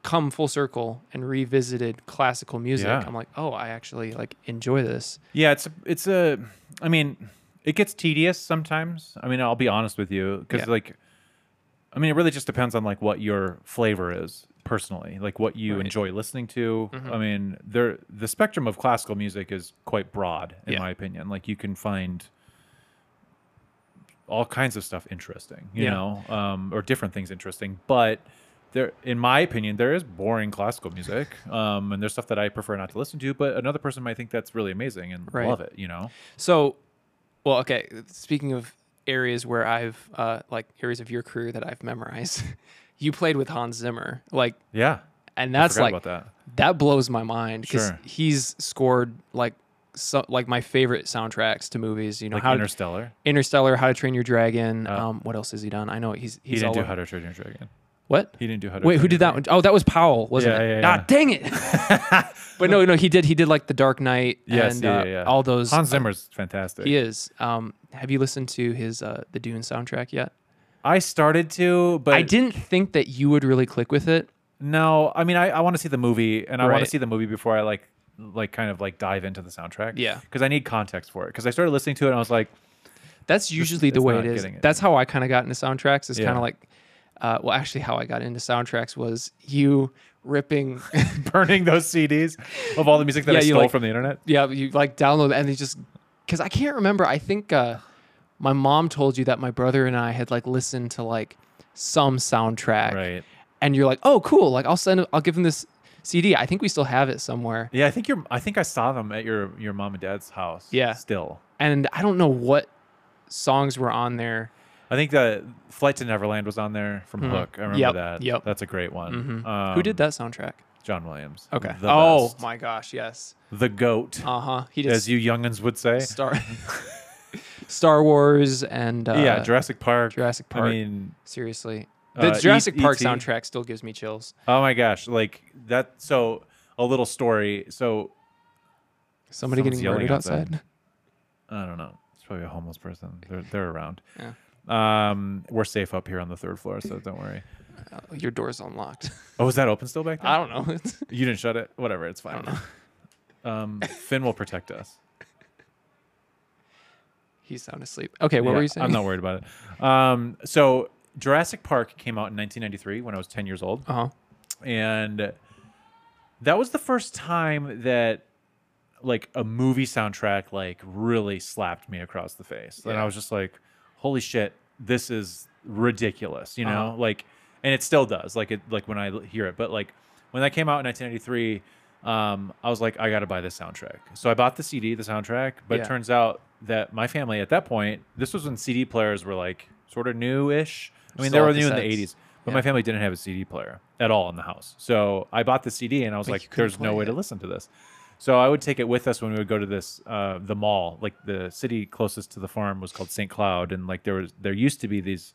S1: come full circle and revisited classical music.
S2: Yeah.
S1: I'm like, oh, I actually like enjoy this.
S2: Yeah, it's a, it's a. I mean, it gets tedious sometimes. I mean, I'll be honest with you, because
S1: Yeah.
S2: like, I mean, it really just depends on like what your flavor is personally, like what you
S1: Right. Mm-hmm.
S2: enjoy listening to. I mean, there the spectrum of classical music is quite broad, in
S1: Yeah.
S2: my opinion. Like, you can find all kinds of stuff interesting, you
S1: Yeah.
S2: know, um, or different things interesting. But there, in my opinion, there is boring classical music, um, and there's stuff that I prefer not to listen to. But another person might think that's really amazing and
S1: Right.
S2: love it, you know.
S1: So, well, okay. Speaking of areas where I've uh, like areas of your career that I've memorized, you played with Hans Zimmer, like,
S2: Yeah,
S1: and
S2: I
S1: that's
S2: forgot
S1: like
S2: about that.
S1: that blows my mind because
S2: Sure.
S1: he's scored like so, like my favorite soundtracks to movies. You know
S2: Like
S1: how to,
S2: Interstellar.
S1: Interstellar, How to Train Your Dragon. um, what else has he done? I know he's
S2: Uh, He
S1: he's
S2: didn't
S1: all
S2: do
S1: over-
S2: How to Train Your Dragon.
S1: what.
S2: He didn't do How to
S1: Wait,
S2: Train
S1: who
S2: Your
S1: did that
S2: Dragon.
S1: one? Oh, that was Powell, wasn't
S2: Yeah,
S1: it?
S2: yeah,
S1: Ah,
S2: yeah.
S1: dang it! but no, no, he did. He did like The Dark Knight
S2: Yes,
S1: and
S2: yeah,
S1: uh,
S2: yeah, yeah.
S1: all those.
S2: Hans Zimmer's fantastic.
S1: He is. Um, have you listened to his uh, the Dune soundtrack yet?
S2: I started to, but
S1: I didn't think that you would really click with it.
S2: No, I mean I, I want to see the movie and I want
S1: Right.
S2: to see the movie before I like like kind of like dive into the soundtrack.
S1: Yeah.
S2: Because I need context for it. Because I started listening to it and I was like,
S1: That's usually the
S2: it's
S1: way
S2: not
S1: it is.
S2: getting it.
S1: That's how I kind of got into soundtracks. Is kind
S2: Yeah.
S1: of like, uh, well, actually, how I got into soundtracks was you ripping,
S2: burning those CDs of all the music that
S1: Yeah,
S2: I
S1: you,
S2: stole
S1: like-
S2: from the internet.
S1: yeah, you like download and they just because I can't remember. I think uh, my mom told you that my brother and I had like listened to like some soundtrack,
S2: Right.
S1: and you're like, oh, cool, like I'll send, I'll give him this CD. I think we still have it somewhere.
S2: Yeah, I think your I think I saw them at your your mom and dad's house.
S1: Yeah.
S2: Still.
S1: and I don't know what songs were on there.
S2: I think the Flight to Neverland was on there from Hook. I remember
S1: Mm-hmm. Yep,
S2: that.
S1: yep. Mm-hmm.
S2: That's a great one. Um,
S1: Who did that soundtrack?
S2: John Williams.
S1: Okay.
S2: The
S1: oh
S2: best.
S1: my gosh, yes.
S2: the goat,
S1: Uh huh. He
S2: as
S1: does
S2: you youngins would say.
S1: Star Star Wars and uh,
S2: yeah, Jurassic Park.
S1: Jurassic Park.
S2: I mean,
S1: seriously, the
S2: Uh, E-
S1: Jurassic Park
S2: E.T..
S1: soundtrack still gives me chills.
S2: Oh my gosh, like that so a little story. So
S1: Somebody
S2: Someone's
S1: getting murdered
S2: yelling outside.
S1: outside.
S2: I don't know. It's probably a homeless person. They're they're around.
S1: Yeah.
S2: Um we're safe up here on the third floor, so don't worry.
S1: Oh, your door's unlocked.
S2: Oh, is that open still back there?
S1: I don't know.
S2: you didn't shut it. Whatever, it's fine. Um Finn will protect us.
S1: He's sound asleep. Okay, what
S2: Yeah,
S1: were you saying?
S2: I'm not worried about it. Um so Jurassic Park came out in 1993 when I was 10 years old.
S1: Uh huh.
S2: and that was the first time that like a movie soundtrack like really slapped me across the face and
S1: Yeah.
S2: i was just like holy shit this is ridiculous you know
S1: Uh-huh.
S2: like and it still does like it like when i l- hear it but like when that came out in 1993 um, i was like i gotta buy this soundtrack so i bought the cd the soundtrack but
S1: Yeah.
S2: it turns out that my family at that point this was when cd players were like sort of new-ish i mean they
S1: Still
S2: were
S1: cassettes.
S2: new in the 80s but
S1: Yeah.
S2: my family didn't have a CD player at all in the house. So I bought the CD and I was
S1: Like, you
S2: like,
S1: couldn't
S2: there's no
S1: play
S2: way
S1: it.
S2: to listen to this. So I would take it with us when we would go to this uh, the mall. Like the city closest to the farm was called St. Cloud, and like there was there used to be these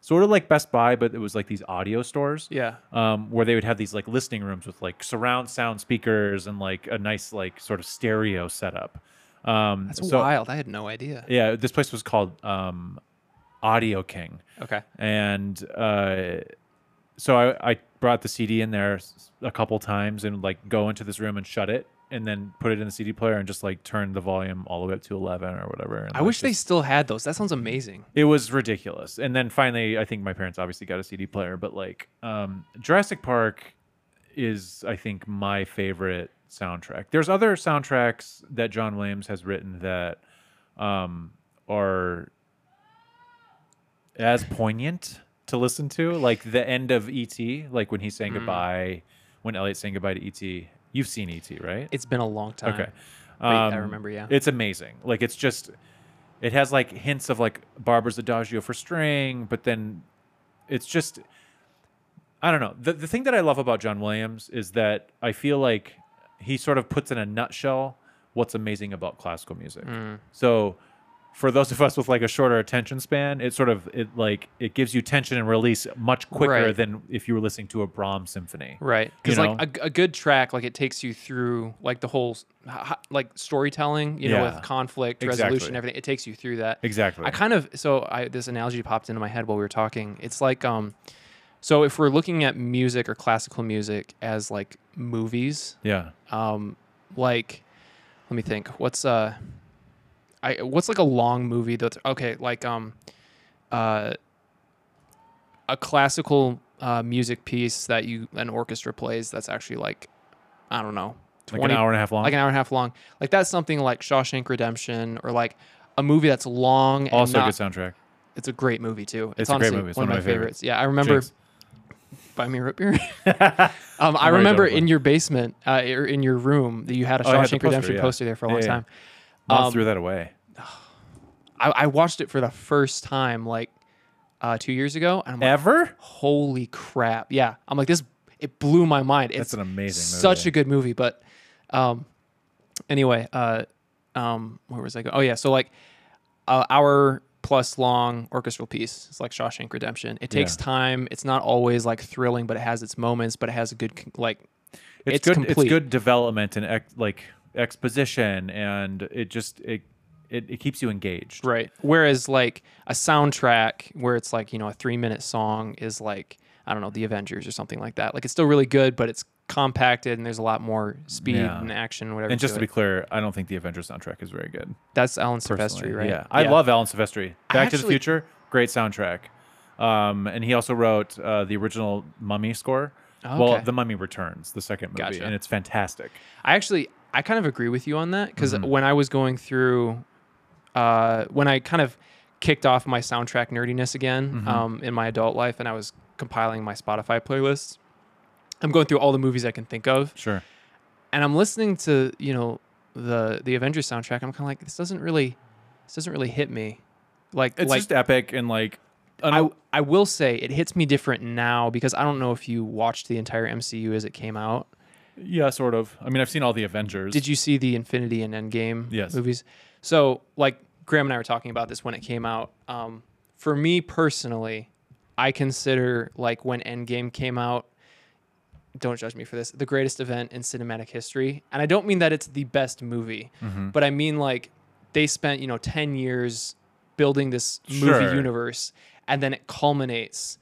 S2: sort of like Best Buy, but it was like these audio stores
S1: Yeah.
S2: um, where they would have these like listening rooms with like surround sound speakers and like a nice like sort of stereo setup. Um,
S1: That's
S2: so
S1: wild. I had no idea.
S2: yeah, this place was called um, Audio King
S1: Okay.
S2: and uh, so I, I brought the CD in there s- a couple times and like go into this room and shut it and then put it in the CD player and just like turn the volume all the way up to 11 or whatever. And,
S1: I
S2: like,
S1: wish they
S2: just-
S1: still had those. That sounds amazing.
S2: It was ridiculous. And then finally, I think my parents obviously got a CD player, but like um, Jurassic Park is, I think, my favorite soundtrack. There's other soundtracks that John Williams has written that um, are as poignant to listen to, like the end of E.T., like when he sang goodbye, when Elliot sang goodbye to E.T. You've seen E.T., right?
S1: It's been a long time.
S2: Okay. Um,
S1: I remember, yeah.
S2: It's amazing. Like it's just it has like hints of like Barber's Adagio for string, but then it's just I don't know. The the thing that I love about John Williams is that I feel like he sort of puts in a nutshell what's amazing about classical music.
S1: Mm.
S2: So for those of us with like a shorter attention span, it sort of it like it gives you tension and release much quicker
S1: Right.
S2: than if you were listening to a Brahms symphony.
S1: Right. Because
S2: You
S1: like a, a good track, like it takes you through like the whole s- h- h- like storytelling, you know,
S2: Yeah.
S1: with conflict, resolution,
S2: Exactly.
S1: everything. It takes you through that.
S2: Exactly.
S1: I kind of so I this analogy popped into my head while we were talking. It's like um, so if we're looking at music or classical music as like movies,
S2: yeah.
S1: um, like let me think, what's uh, I what's like a long movie that's okay, like um, uh, a classical uh, music piece that you an orchestra plays that's actually like I don't know
S2: Like an hour and a half long.
S1: like an hour and a half long. Like that's something like Shawshank Redemption or like a movie that's long and
S2: also a
S1: not,
S2: good soundtrack.
S1: it's a great movie too. It's,
S2: a great
S1: honestly
S2: movie. It's
S1: one, of my favorites. Yeah, I remember.
S2: Jinx.
S1: Buy me a root beer. um, I
S2: already
S1: remember
S2: done
S1: in
S2: one.
S1: your basement uh, or in your room that you had a
S2: Oh, I
S1: Shawshank
S2: had the poster,
S1: Redemption
S2: yeah.
S1: poster there for a
S2: Yeah,
S1: long
S2: yeah.
S1: time.
S2: Mom
S1: Um,
S2: threw that away.
S1: I, I watched it for the first time like uh, two years ago, and I'm like,
S2: Ever?
S1: holy crap! Yeah, I'm like this. It blew my mind. It's
S2: That's an amazing
S1: such
S2: movie.
S1: a good movie. But um, anyway, uh, um, where was I going? Oh yeah, so like a hour plus long orchestral piece. It's like Shawshank Redemption. It takes
S2: Yeah.
S1: time. It's not always like thrilling, but it has its moments. But it has a good con- like.
S2: It's,
S1: it's
S2: good.
S1: complete.
S2: It's good development and ex, like exposition, and it just it it, it keeps you engaged.
S1: Right. Whereas like a soundtrack where it's like, you know, a three minute song is like, I don't know, the Avengers or something like that. Like it's still really good, but it's compacted and there's a lot more speed
S2: Yeah.
S1: and action, whatever.
S2: And just
S1: it.
S2: to be clear, I don't think the Avengers soundtrack is very good.
S1: that's Alan
S2: personally.
S1: Silvestri, right?
S2: Yeah, I love Alan Silvestri.
S1: I
S2: Back to the
S1: actually-
S2: Future, great soundtrack. Um, and he also wrote uh, the original Mummy score.
S1: Oh,
S2: Well,
S1: okay.
S2: The Mummy Returns, the second movie,
S1: Gotcha.
S2: and it's fantastic.
S1: I actually I kind of agree with you on that because
S2: Mm-hmm.
S1: when I was going through, uh, when I kind of kicked off my soundtrack nerdiness again
S2: Mm-hmm.
S1: um, in my adult life, and I was compiling my Spotify playlists, I'm going through all the movies I can think of,
S2: Sure.
S1: and I'm listening to you know the the Avengers soundtrack. I'm kind of like this doesn't really this doesn't really hit me, like
S2: It's
S1: like
S2: just epic and like.
S1: I, I will say it hits me different now because I don't know if you watched the entire MCU as it came out.
S2: yeah, sort of. I mean, I've seen all the Avengers.
S1: Did you see the Infinity and Endgame
S2: Yes.
S1: movies? So, like Graham and I were talking about this when it came out. Um, for me personally, I consider like when Endgame came out. Don't judge me for this. The greatest event in cinematic history, and I don't mean that it's the best movie,
S2: Mm-hmm.
S1: but I mean like they spent you know ten years building this
S2: Sure.
S1: movie universe, and then it culminates.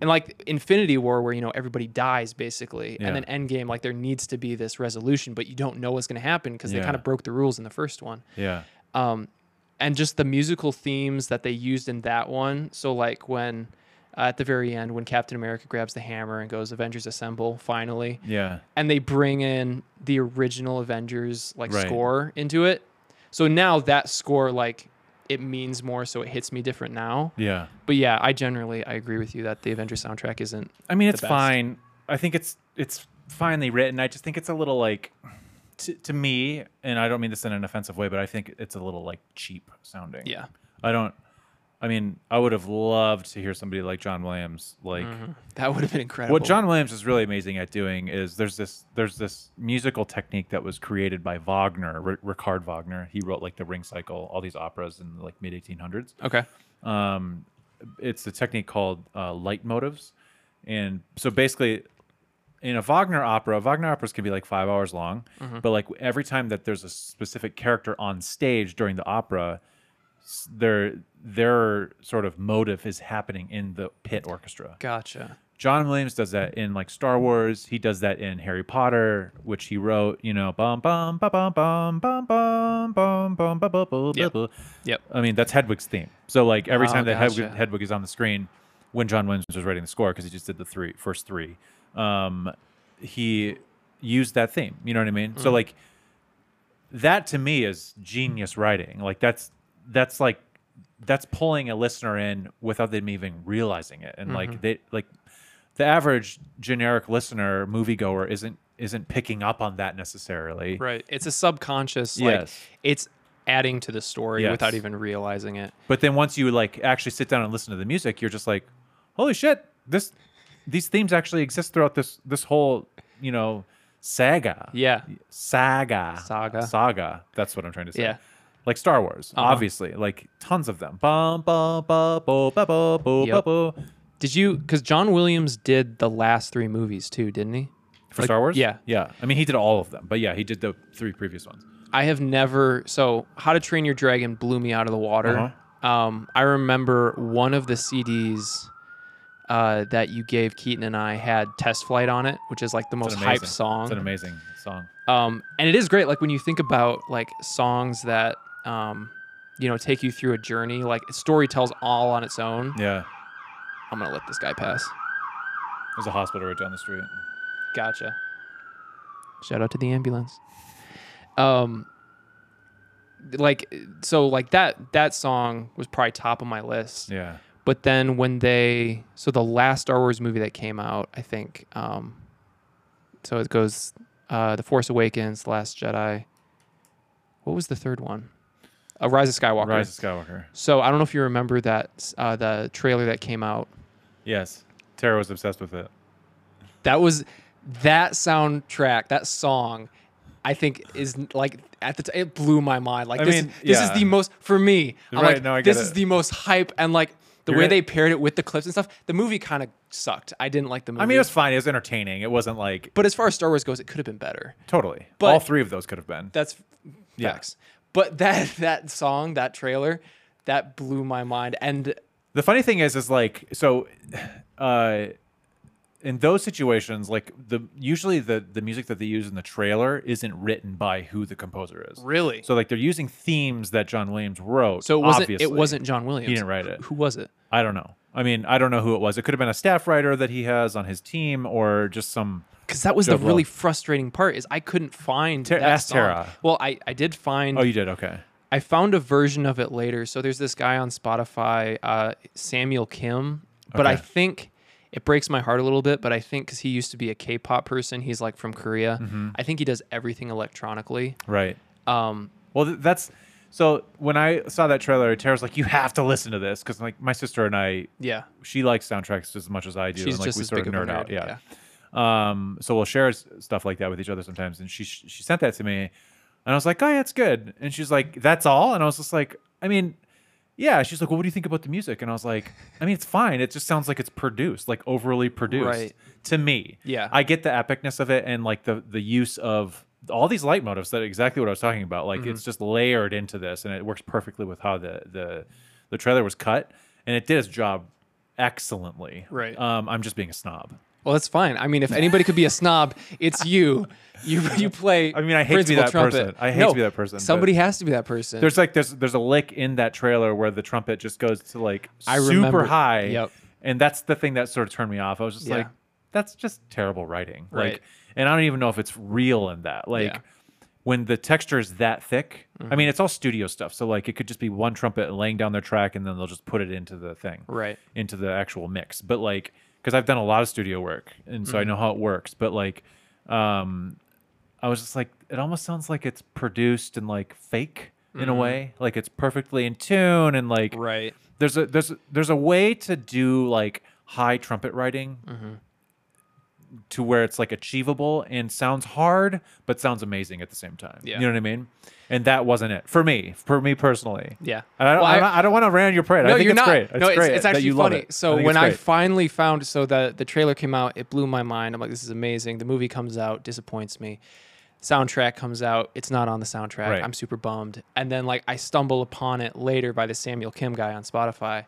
S1: And like Infinity War, where you know everybody dies basically,
S2: Yeah.
S1: and then Endgame, like there needs to be this resolution, but you don't know what's going to happen because they
S2: Yeah.
S1: kind of broke the rules in the first one.
S2: Yeah.
S1: Um, and just the musical themes that they used in that one. So like when uh, at the very end, when Captain America grabs the hammer and goes Avengers Assemble, finally,
S2: Yeah.
S1: and they bring in the original Avengers like
S2: Right.
S1: score into it. So now that score like it means more, so it hits me different now.
S2: Yeah.
S1: But yeah, I generally I agree with you that the Avengers soundtrack isn't
S2: I mean, it's
S1: best.
S2: fine. I think it's it's finely written. I just think it's a little like to, to me, and I don't mean this in an offensive way, but I think it's a little like cheap sounding.
S1: yeah.
S2: I don't. I mean, I would have loved to hear somebody like John Williams. Like
S1: That would have been incredible.
S2: what John Williams is really amazing at doing is there's this there's this musical technique that was created by Wagner, R- Richard Wagner. He wrote like the Ring Cycle, all these operas in the, like mid 1800s.
S1: Okay.
S2: Um, it's a technique called uh, light motives, and so basically. In a Wagner opera, Wagner operas can be like five hours long, but like every time that there's a specific character on stage during the opera, s- their their sort of motive is happening in the pit orchestra.
S1: Gotcha.
S2: John Williams does that in like Star Wars. He does that in Harry Potter, which he wrote. You know, bum bum bum bum bum bum bum bum bum bum bum bum.
S1: Yep.
S2: bum.
S1: Yep.
S2: I mean, that's Hedwig's theme. So like every
S1: Oh,
S2: time that Hedwig,
S1: gotcha.
S2: Hedwig is on the screen, when John Williams was writing the score, because he just did the three first three, um, he used that theme. You know what I mean?
S1: Mm-hmm.
S2: So like that to me is genius writing. Like that's that's like that's pulling a listener in without them even realizing it. And
S1: Mm-hmm.
S2: like they like the average generic listener moviegoer isn't isn't picking up on that necessarily.
S1: Right. It's a subconscious like
S2: Yes.
S1: it's adding to the story
S2: Yes.
S1: without even realizing it.
S2: But then once you like actually sit down and listen to the music, you're just like, holy shit, this these themes actually exist throughout this this whole you know saga.
S1: Yeah.
S2: Saga.
S1: Saga.
S2: Saga. That's what I'm trying to say.
S1: Yeah. Uh-huh.
S2: Like Star Wars, obviously, like tons of them. Bum, bum, bum, bo, ba, bo, bo,
S1: Yep.
S2: ba, bo.
S1: Did you cuz John Williams did the last 3 movies too, didn't he?
S2: For
S1: Like,
S2: Star Wars?
S1: yeah.
S2: Yeah. I mean, he did all of them, but yeah, he did the three previous ones.
S1: I have never so How to Train Your Dragon blew me out of the water.
S2: Uh-huh.
S1: Um I remember one of the CDs uh, that you gave Keaton and I had test flight on it, which is like the
S2: It's
S1: most
S2: an
S1: hype
S2: amazing-
S1: song.
S2: It's an amazing song.
S1: um, and it is great like when you think about like songs that um, you know take you through a journey like story tells all on its own
S2: Yeah.
S1: i'm gonna let this guy pass
S2: There's a hospital right down the street.
S1: gotcha shout out to the ambulance um, like so like that that song was probably top of my list.
S2: Yeah.
S1: But then when they so the last Star Wars movie that came out, I think, um, so it goes uh, The Force Awakens, The Last Jedi. What was the third one? Uh, Rise of Skywalker.
S2: Rise of Skywalker.
S1: So I don't know if you remember that uh, the trailer that came out.
S2: Yes. Tara was obsessed with it.
S1: That was that soundtrack, that song. I think is like at the time it blew my mind. Like
S2: I
S1: this,
S2: mean,
S1: this
S2: yeah.
S1: is the most for me. I'm
S2: Right,
S1: like,
S2: no, I
S1: this
S2: get
S1: is
S2: it.
S1: the most hype, and like the
S2: You're
S1: way
S2: right.
S1: they paired it with the clips and stuff. The movie kind of sucked. I didn't like the movie.
S2: I mean, it was fine. It was entertaining. It wasn't like
S1: but as far as Star Wars goes, it could have been better.
S2: totally.
S1: But-
S2: All three of those could have been.
S1: That's
S2: Yeah.
S1: facts. But that that song, that trailer, that blew my mind. And
S2: The funny thing is, is like so, uh, in those situations, like the usually the the music that they use in the trailer isn't written by who the composer is.
S1: Really?
S2: So like they're using themes that John Williams wrote.
S1: so it wasn't
S2: obviously.
S1: it wasn't John Williams.
S2: He didn't write it.
S1: Who was it?
S2: I don't know. I mean, I don't know who it was. It could have been a staff writer that he has on his team, or just some.
S1: Because that was the
S2: Joe
S1: really
S2: Blow.
S1: frustrating part is I couldn't find that
S2: ask
S1: song.
S2: Tara.
S1: Well, I, I did find
S2: Oh, you did okay.
S1: I found a version of it later. So there's this guy on Spotify, uh, Samuel Kim, but I
S2: Okay.
S1: think it breaks my heart a little bit. But I think because he used to be a K-pop person, he's like from Korea.
S2: Mm-hmm.
S1: I think he does everything electronically.
S2: Right.
S1: Um,
S2: Well, th- that's so. When I saw that trailer, Tara's like, "You have to listen to this," because like my sister and I,
S1: yeah,
S2: she likes soundtracks as much as I do.
S1: she's
S2: and, like,
S1: just
S2: we
S1: as
S2: sort
S1: big
S2: of
S1: of a
S2: nerd
S1: nerd.
S2: out. Yeah. Um. So we'll share s- stuff like that with each other sometimes. And she she sent that to me, and I was like, "Oh, yeah, it's good." And she's like, "That's all." And I was just like, "I mean." Yeah, she's like, well, what do you think about the music? And I was like, I mean, it's fine. It just sounds like it's produced, like overly produced
S1: Right.
S2: to me.
S1: Yeah.
S2: I get the epicness of it and like the the use of all these light motives that exactly what I was talking about. Like
S1: Mm-hmm.
S2: it's just layered into this and it works perfectly with how the the the trailer was cut and it did its job excellently.
S1: Right.
S2: Um I'm just being a snob.
S1: Well, that's fine. I mean, if anybody could be a snob, it's you. You you play.
S2: I mean, I hate to be
S1: principal
S2: that
S1: trumpet.
S2: person. I hate
S1: No,
S2: to be that person, but-
S1: Somebody has to be that person.
S2: There's like there's there's a lick in that trailer where the trumpet just goes to like
S1: I
S2: super
S1: remember-
S2: high.
S1: yep.
S2: And that's the thing that sort of turned me off. I was just
S1: Yeah.
S2: like, that's just terrible writing.
S1: Right.
S2: Like and I don't even know if it's real in that. Like
S1: Yeah. Mm-hmm.
S2: when the texture is that thick, I mean it's all studio stuff. So like it could just be one trumpet laying down their track and then they'll just put it into the thing.
S1: Right.
S2: Into the actual mix. But like because I've done a lot of studio work and
S1: Mm-hmm.
S2: so I know how it works. But like um I was just like, it almost sounds like it's produced and like fake in a way. Like it's perfectly in tune and like
S1: Mm-hmm. right.
S2: there's a there's a, there's a way to do like high trumpet writing
S1: Mm-hmm.
S2: to where it's like achievable and sounds hard but sounds amazing at the same time.
S1: Yeah.
S2: You know what I mean? And that wasn't it for me, for me personally.
S1: Yeah.
S2: And I don't,
S1: Well,
S2: I,
S1: I-
S2: don't- I don't want to rain your parade. I think
S1: you're
S2: it's
S1: not.
S2: great. It's
S1: no, it's,
S2: great
S1: it's
S2: that
S1: actually
S2: you love
S1: funny.
S2: it.
S1: So
S2: think it's
S1: when I
S2: great.
S1: finally found, so the the trailer came out, it blew my mind. I'm like, this is amazing. The movie comes out, disappoints me. Soundtrack comes out, it's not on the soundtrack.
S2: Right.
S1: I'm super bummed. And then like I stumble upon it later by the Samuel Kim guy on Spotify,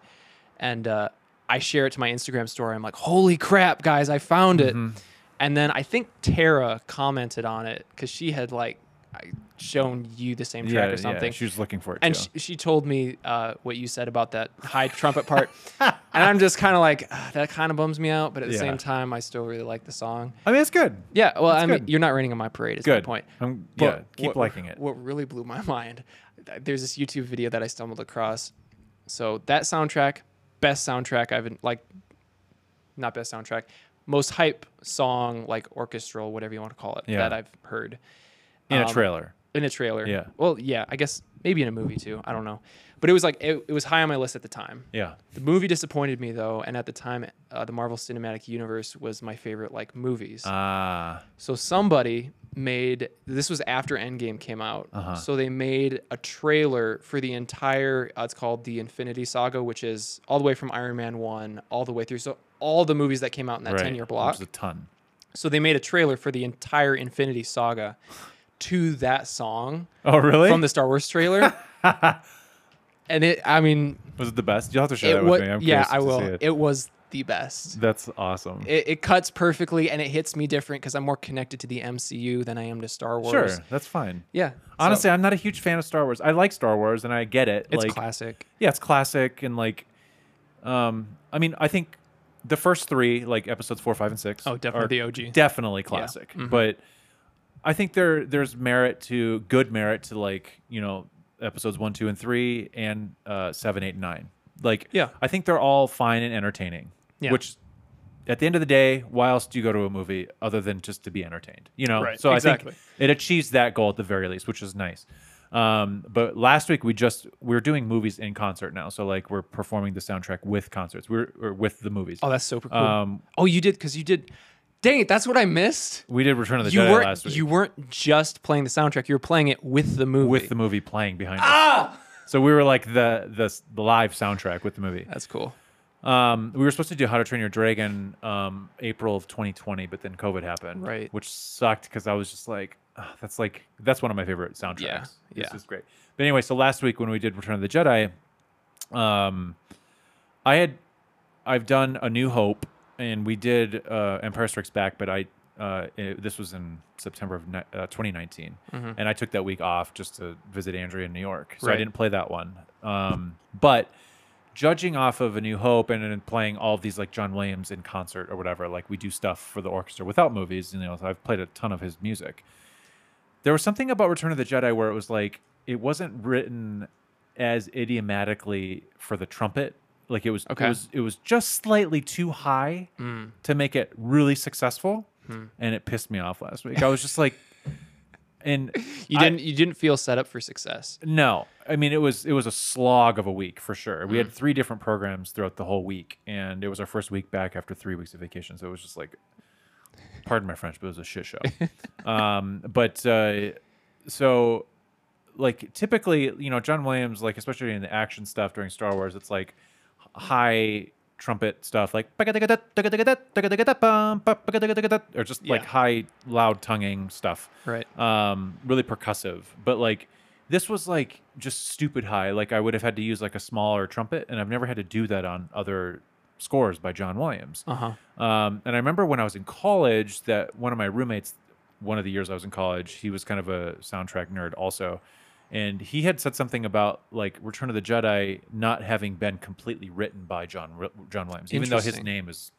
S1: and uh, I share it to my Instagram story. I'm like, holy crap, guys, I found it.
S2: Mm-hmm.
S1: And then I think Tara commented on it because she had like I- shown you the same track
S2: yeah,
S1: or something.
S2: yeah, she was looking for it
S1: And
S2: too.
S1: she, she told me uh, what you said about that high trumpet part. and I'm just kind of like, "Ah, that kind of bums me out. But at the
S2: Yeah.
S1: same time, I still really like the song.
S2: I mean, it's good.
S1: Yeah. Well, I mean,
S2: good.
S1: you're not raining on my parade, is my
S2: Good
S1: point.
S2: I'm,
S1: But
S2: yeah, keep
S1: what-
S2: liking it.
S1: What really blew my mind, there's this YouTube video that I stumbled across. So that soundtrack, best soundtrack I've been like, not best soundtrack, most hype song, like orchestral, whatever you want to call it,
S2: Yeah.
S1: that I've heard
S2: in a
S1: Um,
S2: trailer.
S1: in a trailer.
S2: Yeah.
S1: Well, yeah, I guess maybe in a movie too. I don't know. But it was like it, it was high on my list at the time.
S2: Yeah.
S1: The movie disappointed me though, and at the time, uh, the Marvel Cinematic Universe was my favorite like movies.
S2: Ah.
S1: so somebody made this was after Endgame came out.
S2: Uh-huh.
S1: So they made a trailer for the entire. Uh, it's called the Infinity Saga, which is all the way from Iron Man one all the way through. So all the movies that came out in that
S2: right.
S1: ten year block.
S2: Which is a ton.
S1: so they made a trailer for the entire Infinity Saga to that song
S2: Oh, really?
S1: from the Star Wars trailer. and it, I mean,
S2: was it the best? You'll have to share
S1: it
S2: that
S1: was,
S2: with me. I'm
S1: yeah,
S2: curious
S1: I
S2: to
S1: will.
S2: see
S1: It.
S2: It.
S1: was the best.
S2: That's awesome.
S1: It, it cuts perfectly and it hits me different because I'm more connected to the MCU than I am to Star
S2: sure,
S1: Wars.
S2: that's fine.
S1: Yeah. so
S2: Honestly, I'm not a huge fan of Star Wars. I like Star Wars, and I get it.
S1: it's
S2: like,
S1: classic.
S2: yeah, it's classic, and like, um, I mean, I think the first three, like episodes four, five, and six,
S1: Oh, definitely
S2: are
S1: the OG.
S2: definitely classic.
S1: Mm-hmm.
S2: But I think there there's merit to good merit to like you know episodes one, two, and three, and uh, seven, eight, and nine. Like,
S1: Yeah.
S2: I think they're all fine and entertaining.
S1: Yeah.
S2: Which, at the end of the day, why else do you go to a movie other than just to be entertained? You know.
S3: Right,
S2: So
S3: exactly.
S2: I think it achieves that goal at the very least, which is nice. Um, but last week we just we're doing movies in concert now, so like we're performing the soundtrack with concerts. We're or with the movies.
S1: Oh, that's super cool.
S2: Um,
S1: oh, you did because you did. Dang it, that's what I missed.
S2: we did Return of the
S1: You
S2: Jedi
S1: weren't
S2: last week
S1: you weren't just playing the soundtrack. You were playing it with the movie.
S2: with the movie playing behind us.
S1: Ah!
S2: So we were like the the, the live soundtrack with the movie.
S1: that's cool.
S2: Um, we were supposed to do How to Train Your Dragon um, April of 2020, but then COVID happened,
S1: Right.
S2: Which sucked because I was just like, "Ah, that's like that's one of my favorite soundtracks.
S1: Yeah, yeah.
S2: This is great. But anyway, so last week when we did Return of the Jedi, um, I had I've done A New Hope, and we did uh, Empire Strikes Back, but I uh, it- this was in September of ni- uh, 2019, and I took that week off just to visit Andrea in New York, so I
S1: Right.
S2: didn't play that one. Um, but judging off of A New Hope and, and playing all these like John Williams in concert or whatever, like we do stuff for the orchestra without movies, you know, so I've played a ton of his music. There was something about Return of the Jedi where it was like it wasn't written as idiomatically for the trumpet. Like it was,
S1: Okay. Mm.
S2: it was, it was just slightly too high to make it really successful,
S1: Hmm.
S2: and it pissed me off last week. I was just like, and
S1: You
S2: I-
S1: didn't you didn't feel set up for success.
S2: no, I mean it was it was a slog of a week for sure. We had three different programs throughout the whole week, and it was our first week back after three weeks of vacation. So it was just like, pardon my French, but it was a shit show. um, but uh, so, like typically, you know, John Williams, like especially in the action stuff during Star Wars, it's like high trumpet stuff, like or just like
S1: Yeah.
S2: high loud tonguing stuff
S1: Right.
S2: um, really percussive. But like this was like just stupid high. Like I would have had to use like a smaller trumpet, and I've never had to do that on other scores by John Williams.
S1: Uh huh.
S2: Um, and I remember when I was in college that one of my roommates, one of the years I was in college, he was kind of a soundtrack nerd also. And he had said something about like Return of the Jedi not having been completely written by John Wi- John Williams, even though his
S1: Interesting.
S2: name is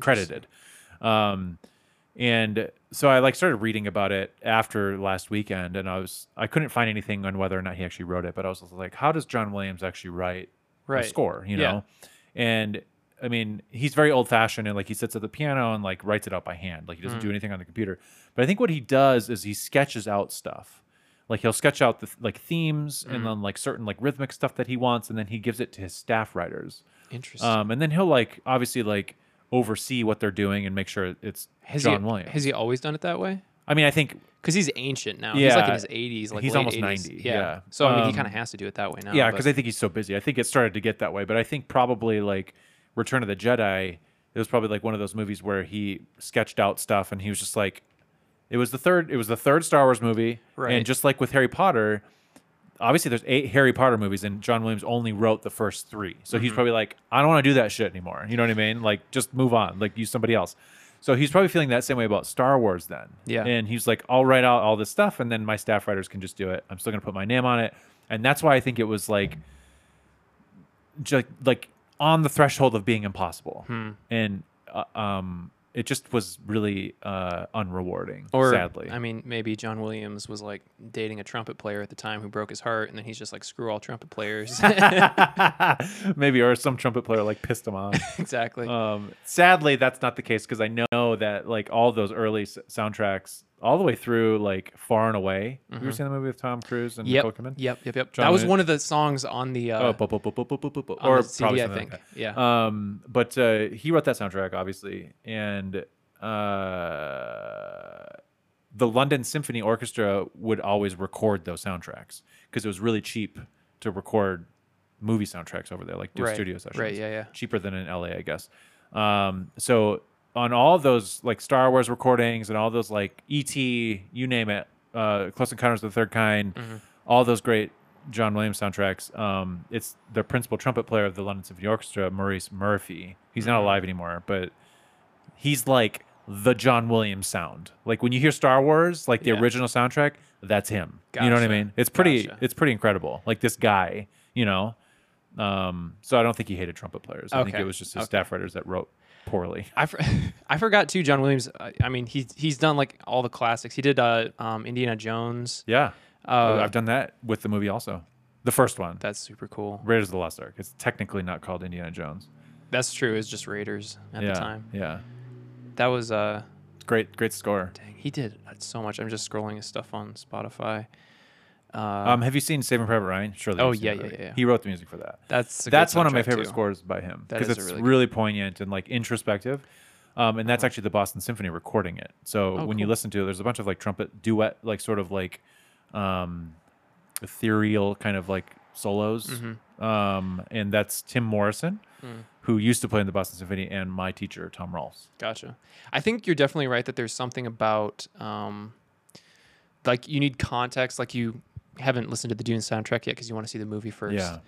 S2: credited. Um, and so I like started reading about it after last weekend, and I was I couldn't find anything on whether or not he actually wrote it, but I was like, how does John Williams actually write a
S1: Right.
S2: score? You
S1: Yeah.
S2: know, and I mean he's very old fashioned and like he sits at the piano and like writes it out by hand, like he
S1: Mm.
S2: doesn't do anything on the computer. But I think what he does is he sketches out stuff. Like he'll sketch out the th- like themes
S1: Mm.
S2: and then like certain like rhythmic stuff that he wants, and then he gives it to his staff writers.
S1: Interesting.
S2: Um, and then he'll like obviously like oversee what they're doing and make sure it's
S1: has
S2: John
S1: he
S2: Williams.
S1: has he always done it that way?
S2: I mean, I think
S1: Because he's ancient now. He's like in
S2: Yeah.
S1: his eighties. Like
S2: He's
S1: late
S2: almost
S1: 80s.
S2: 90,
S1: Yeah.
S2: yeah.
S1: So I mean, he
S2: Um,
S1: kind of has to do it that way now.
S2: yeah,
S1: but-
S2: because I think he's so busy. I think it started to get that way, but I think probably like Return of the Jedi, it was probably like one of those movies where he sketched out stuff and he was just like, it was the third, it was the third Star Wars movie,
S1: Right.
S2: and just like with Harry Potter, obviously there's eight Harry Potter movies, and John Williams only wrote the first three, so
S1: Mm-hmm.
S2: he's probably like, I don't want to do that shit anymore. You know what I mean? Like just move on, like use somebody else. So he's probably feeling that same way about Star Wars then.
S1: Yeah.
S2: And he's like, I'll write out all this stuff and then my staff writers can just do it. I'm still going to put my name on it. And that's why I think it was like, just like on the threshold of being impossible.
S1: Hmm.
S2: And uh, um, it just was really uh, unrewarding,
S1: or
S2: sadly.
S1: I mean, maybe John Williams was like dating a trumpet player at the time who broke his heart, and then he's just like, screw all trumpet players.
S2: Maybe, or some trumpet player like pissed him off.
S1: exactly.
S2: Um, sadly, that's not the case because I know that like all those early s- soundtracks, all the way through like Far and Away. Have You ever seen the movie with Tom Cruise and
S1: Mm-hmm. yep.
S2: Nicole Kidman?
S1: Yep. Yep. Yep.
S2: John
S1: that was
S2: Williams-
S1: one of the songs on the uh,
S2: Oh, bu- bu- bu- bu- bu- bu- bu- bu-
S1: on
S2: or
S1: the CD,
S2: probably
S1: I
S2: something like
S1: think. Yeah.
S2: that. Um, but uh, he wrote that soundtrack, obviously, and uh, the London Symphony Orchestra would always record those soundtracks because it was really cheap to record movie soundtracks over there, like do
S1: Right.
S2: studio
S1: Right,
S2: sessions.
S1: yeah, yeah.
S2: Cheaper than in LA, I guess. Um, so on all those like Star Wars recordings and all those like ET, you name it, uh, Close Encounters of the Third Kind,
S1: Mm-hmm.
S2: all those great John Williams soundtracks. Um, it's the principal trumpet player of the London Symphony Orchestra, Maurice Murphy. He's
S1: Mm-hmm.
S2: not alive anymore, but he's like the John Williams sound. Like when you hear Star Wars, like the
S1: Yeah.
S2: original soundtrack, that's him. You know what I
S1: Gotcha.
S2: mean? It's pretty
S1: Gotcha.
S2: it's pretty incredible. Like this guy, you know. Um, so I don't think he hated trumpet players. I think
S1: Okay.
S2: it was just his staff writers that wrote poorly.
S1: I, for- I forgot too. John Williams. I, I mean, he's he's done like all the classics. He did uh, um, Indiana Jones.
S2: Yeah. Oh,
S1: Uh,
S2: I've done that with the movie also. The first one,
S1: That's super cool.
S2: Raiders of the Lost Ark. It's technically not called Indiana Jones.
S1: That's true. It's just Raiders at
S2: yeah,
S1: the time.
S2: yeah,
S1: That was uh
S2: great, great score.
S1: dang, he did so much. I'm just scrolling his stuff on Spotify. Uh,
S2: Um, have you seen Saving Private Ryan? Surely.
S1: Oh,
S2: you've seen
S1: yeah,
S2: it,
S1: yeah,
S2: right?
S1: yeah, yeah.
S2: He wrote the music for that.
S1: that's a good
S2: that's one of my
S1: soundtrack,
S2: favorite
S1: too.
S2: scores by him
S1: That is
S2: because
S1: a
S2: it's
S1: really
S2: really,
S1: good- Uh-huh.
S2: poignant and like introspective. Um, and that's actually the Boston Symphony recording it. So
S1: Oh,
S2: when you
S1: cool.
S2: listen to it, there's a bunch of like trumpet duet, like sort of like um, ethereal kind of like solos.
S1: Mm-hmm.
S2: Um, and that's Tim Morrison,
S1: Hmm.
S2: who used to play in the Boston Symphony, and my teacher Tom Rolfs.
S1: Gotcha. I think you're definitely right that there's something about um, like you need context. Like you haven't listened to the Dune soundtrack yet because you want to see the movie first.
S2: Yeah,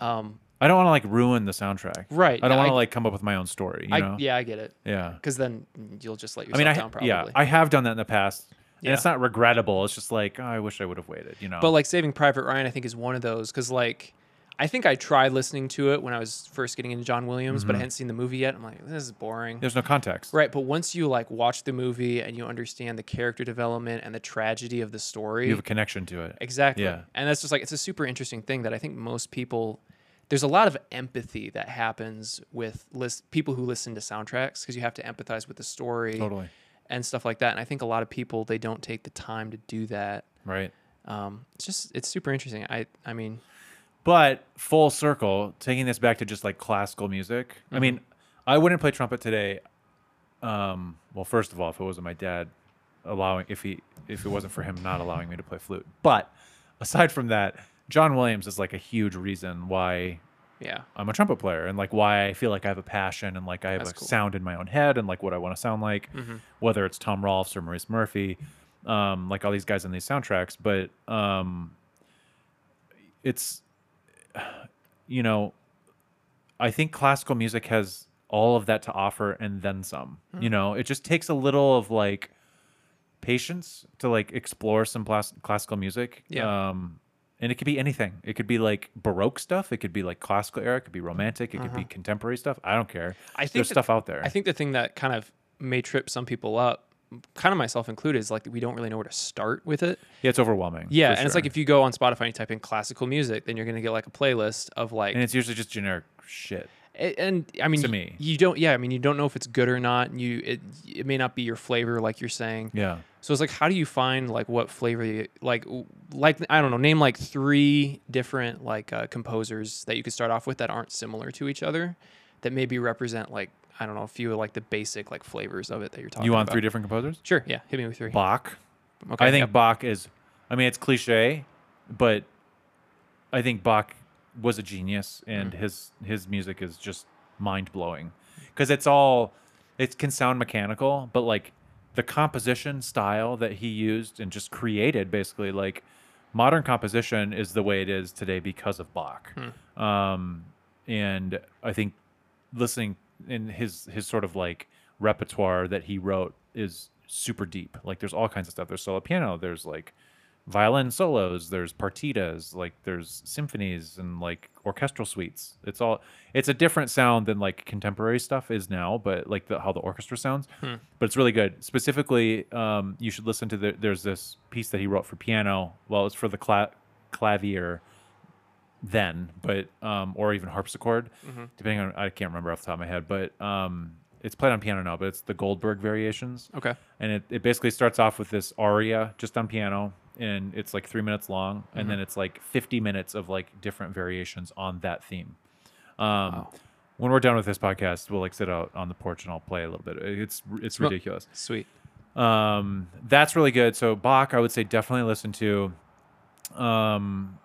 S1: Um,
S2: I don't want to like ruin the soundtrack.
S1: Right.
S2: I
S1: No,
S2: don't want to
S1: I-
S2: like come up with my own story. You
S1: I,
S2: know.
S1: yeah, I get it.
S2: Yeah.
S1: Because then you'll just let
S2: I
S1: yourself
S2: mean, I
S1: down probably.
S2: yeah, I have done that in the past, and
S1: Yeah.
S2: it's not regrettable. It's just like oh, I wish I would have waited. You know.
S1: But like Saving Private Ryan, I think is one of those because like I think I tried listening to it when I was first getting into John Williams,
S2: Mm-hmm.
S1: but I hadn't seen the movie yet. I'm like, this is boring.
S2: there's no context.
S1: Right, but once you like watch the movie and you understand the character development and the tragedy of the story,
S2: You have a connection to it.
S1: Exactly.
S2: Yeah.
S1: And that's just like it's a super interesting thing that I think most people there's a lot of empathy that happens with list people who listen to soundtracks because you have to empathize with the story
S2: Totally.
S1: and stuff like that. And I think a lot of people they don't take the time to do that.
S2: Right.
S1: Um, it's just it's super interesting. I I mean
S2: But full circle, taking this back to just like classical music. I mean,
S1: Mm-hmm.
S2: I wouldn't play trumpet today. Um, well, first of all, if it wasn't my dad allowing, if he, if it wasn't for him not allowing me to play flute. But aside from that, John Williams is like a huge reason why
S1: yeah
S2: I'm a trumpet player and like why I feel like I have a passion and like I have
S1: That's
S2: a
S1: cool. Mm-hmm.
S2: sound in my own head and like what I want to sound like, whether it's Tom Rolfs or Maurice Murphy, um, like all these guys on these soundtracks. But um, it's, you know, I think classical music has all of that to offer and then some.
S1: Hmm.
S2: You know, it just takes a little of like patience to like explore some plas- classical music.
S1: Yeah.
S2: Um, and it could be anything. It could be like Baroque stuff. It could be like classical era. It could be romantic. It could be contemporary stuff. I don't care.
S1: Uh-huh. I think
S2: there's
S1: that-
S2: stuff out there.
S1: I think the thing that kind of may trip some people up, kind of myself included, is like we don't really know where to start with it.
S2: yeah, it's overwhelming.
S1: Yeah,
S2: for
S1: and it's
S2: sure.
S1: like if you go on Spotify and you type in classical music, then you're gonna get like a playlist of like
S2: and it's usually just generic shit.
S1: A- and I mean,
S2: To
S1: y-
S2: me.
S1: you don't. Yeah, I mean, you don't know if it's good or not, and you it it may not be your flavor, like you're saying.
S2: Yeah.
S1: So it's like, how do you find like what flavor, you, like w- like I don't know, name like three different like uh, composers that you could start off with that aren't similar to each other, that maybe represent like I don't know a few of like the basic like flavors of it that you're talking.
S2: You want
S1: about.
S2: three different composers?
S1: Sure. Yeah. Hit me with three.
S2: Bach.
S1: Okay.
S2: I think
S1: yep.
S2: Bach is. I mean, it's cliche, but I think Bach was a genius, and
S1: Mm.
S2: his his music is just mind blowing because it's all it can sound mechanical, but like the composition style that he used and just created, basically, like modern composition is the way it is today because of Bach.
S1: Hmm.
S2: Um, and I think listening in his his sort of like repertoire that he wrote is super deep. Like there's all kinds of stuff. There's solo piano. There's like violin solos. There's partitas. Like there's symphonies and like orchestral suites. It's all. It's a different sound than like contemporary stuff is now, but like the, how the orchestra sounds. But it's really good. Specifically, um, you should listen to the. There's this piece that he wrote for piano. Well, it's for the cla- clavier then, but um, or even harpsichord, depending on I can't remember off the top of my head, but um, it's played on piano now, but it's the Goldberg variations.
S1: Okay.
S2: And it, it basically starts off with this aria just on piano, and it's like three minutes long, and then it's like 50 minutes of like different variations on that theme. Um, When we're done with this podcast, we'll like sit out on the porch and I'll play a little bit. It's it's
S1: Well-
S2: ridiculous.
S1: Sweet.
S2: Um, that's really good. So Bach, I would say definitely listen to. Um,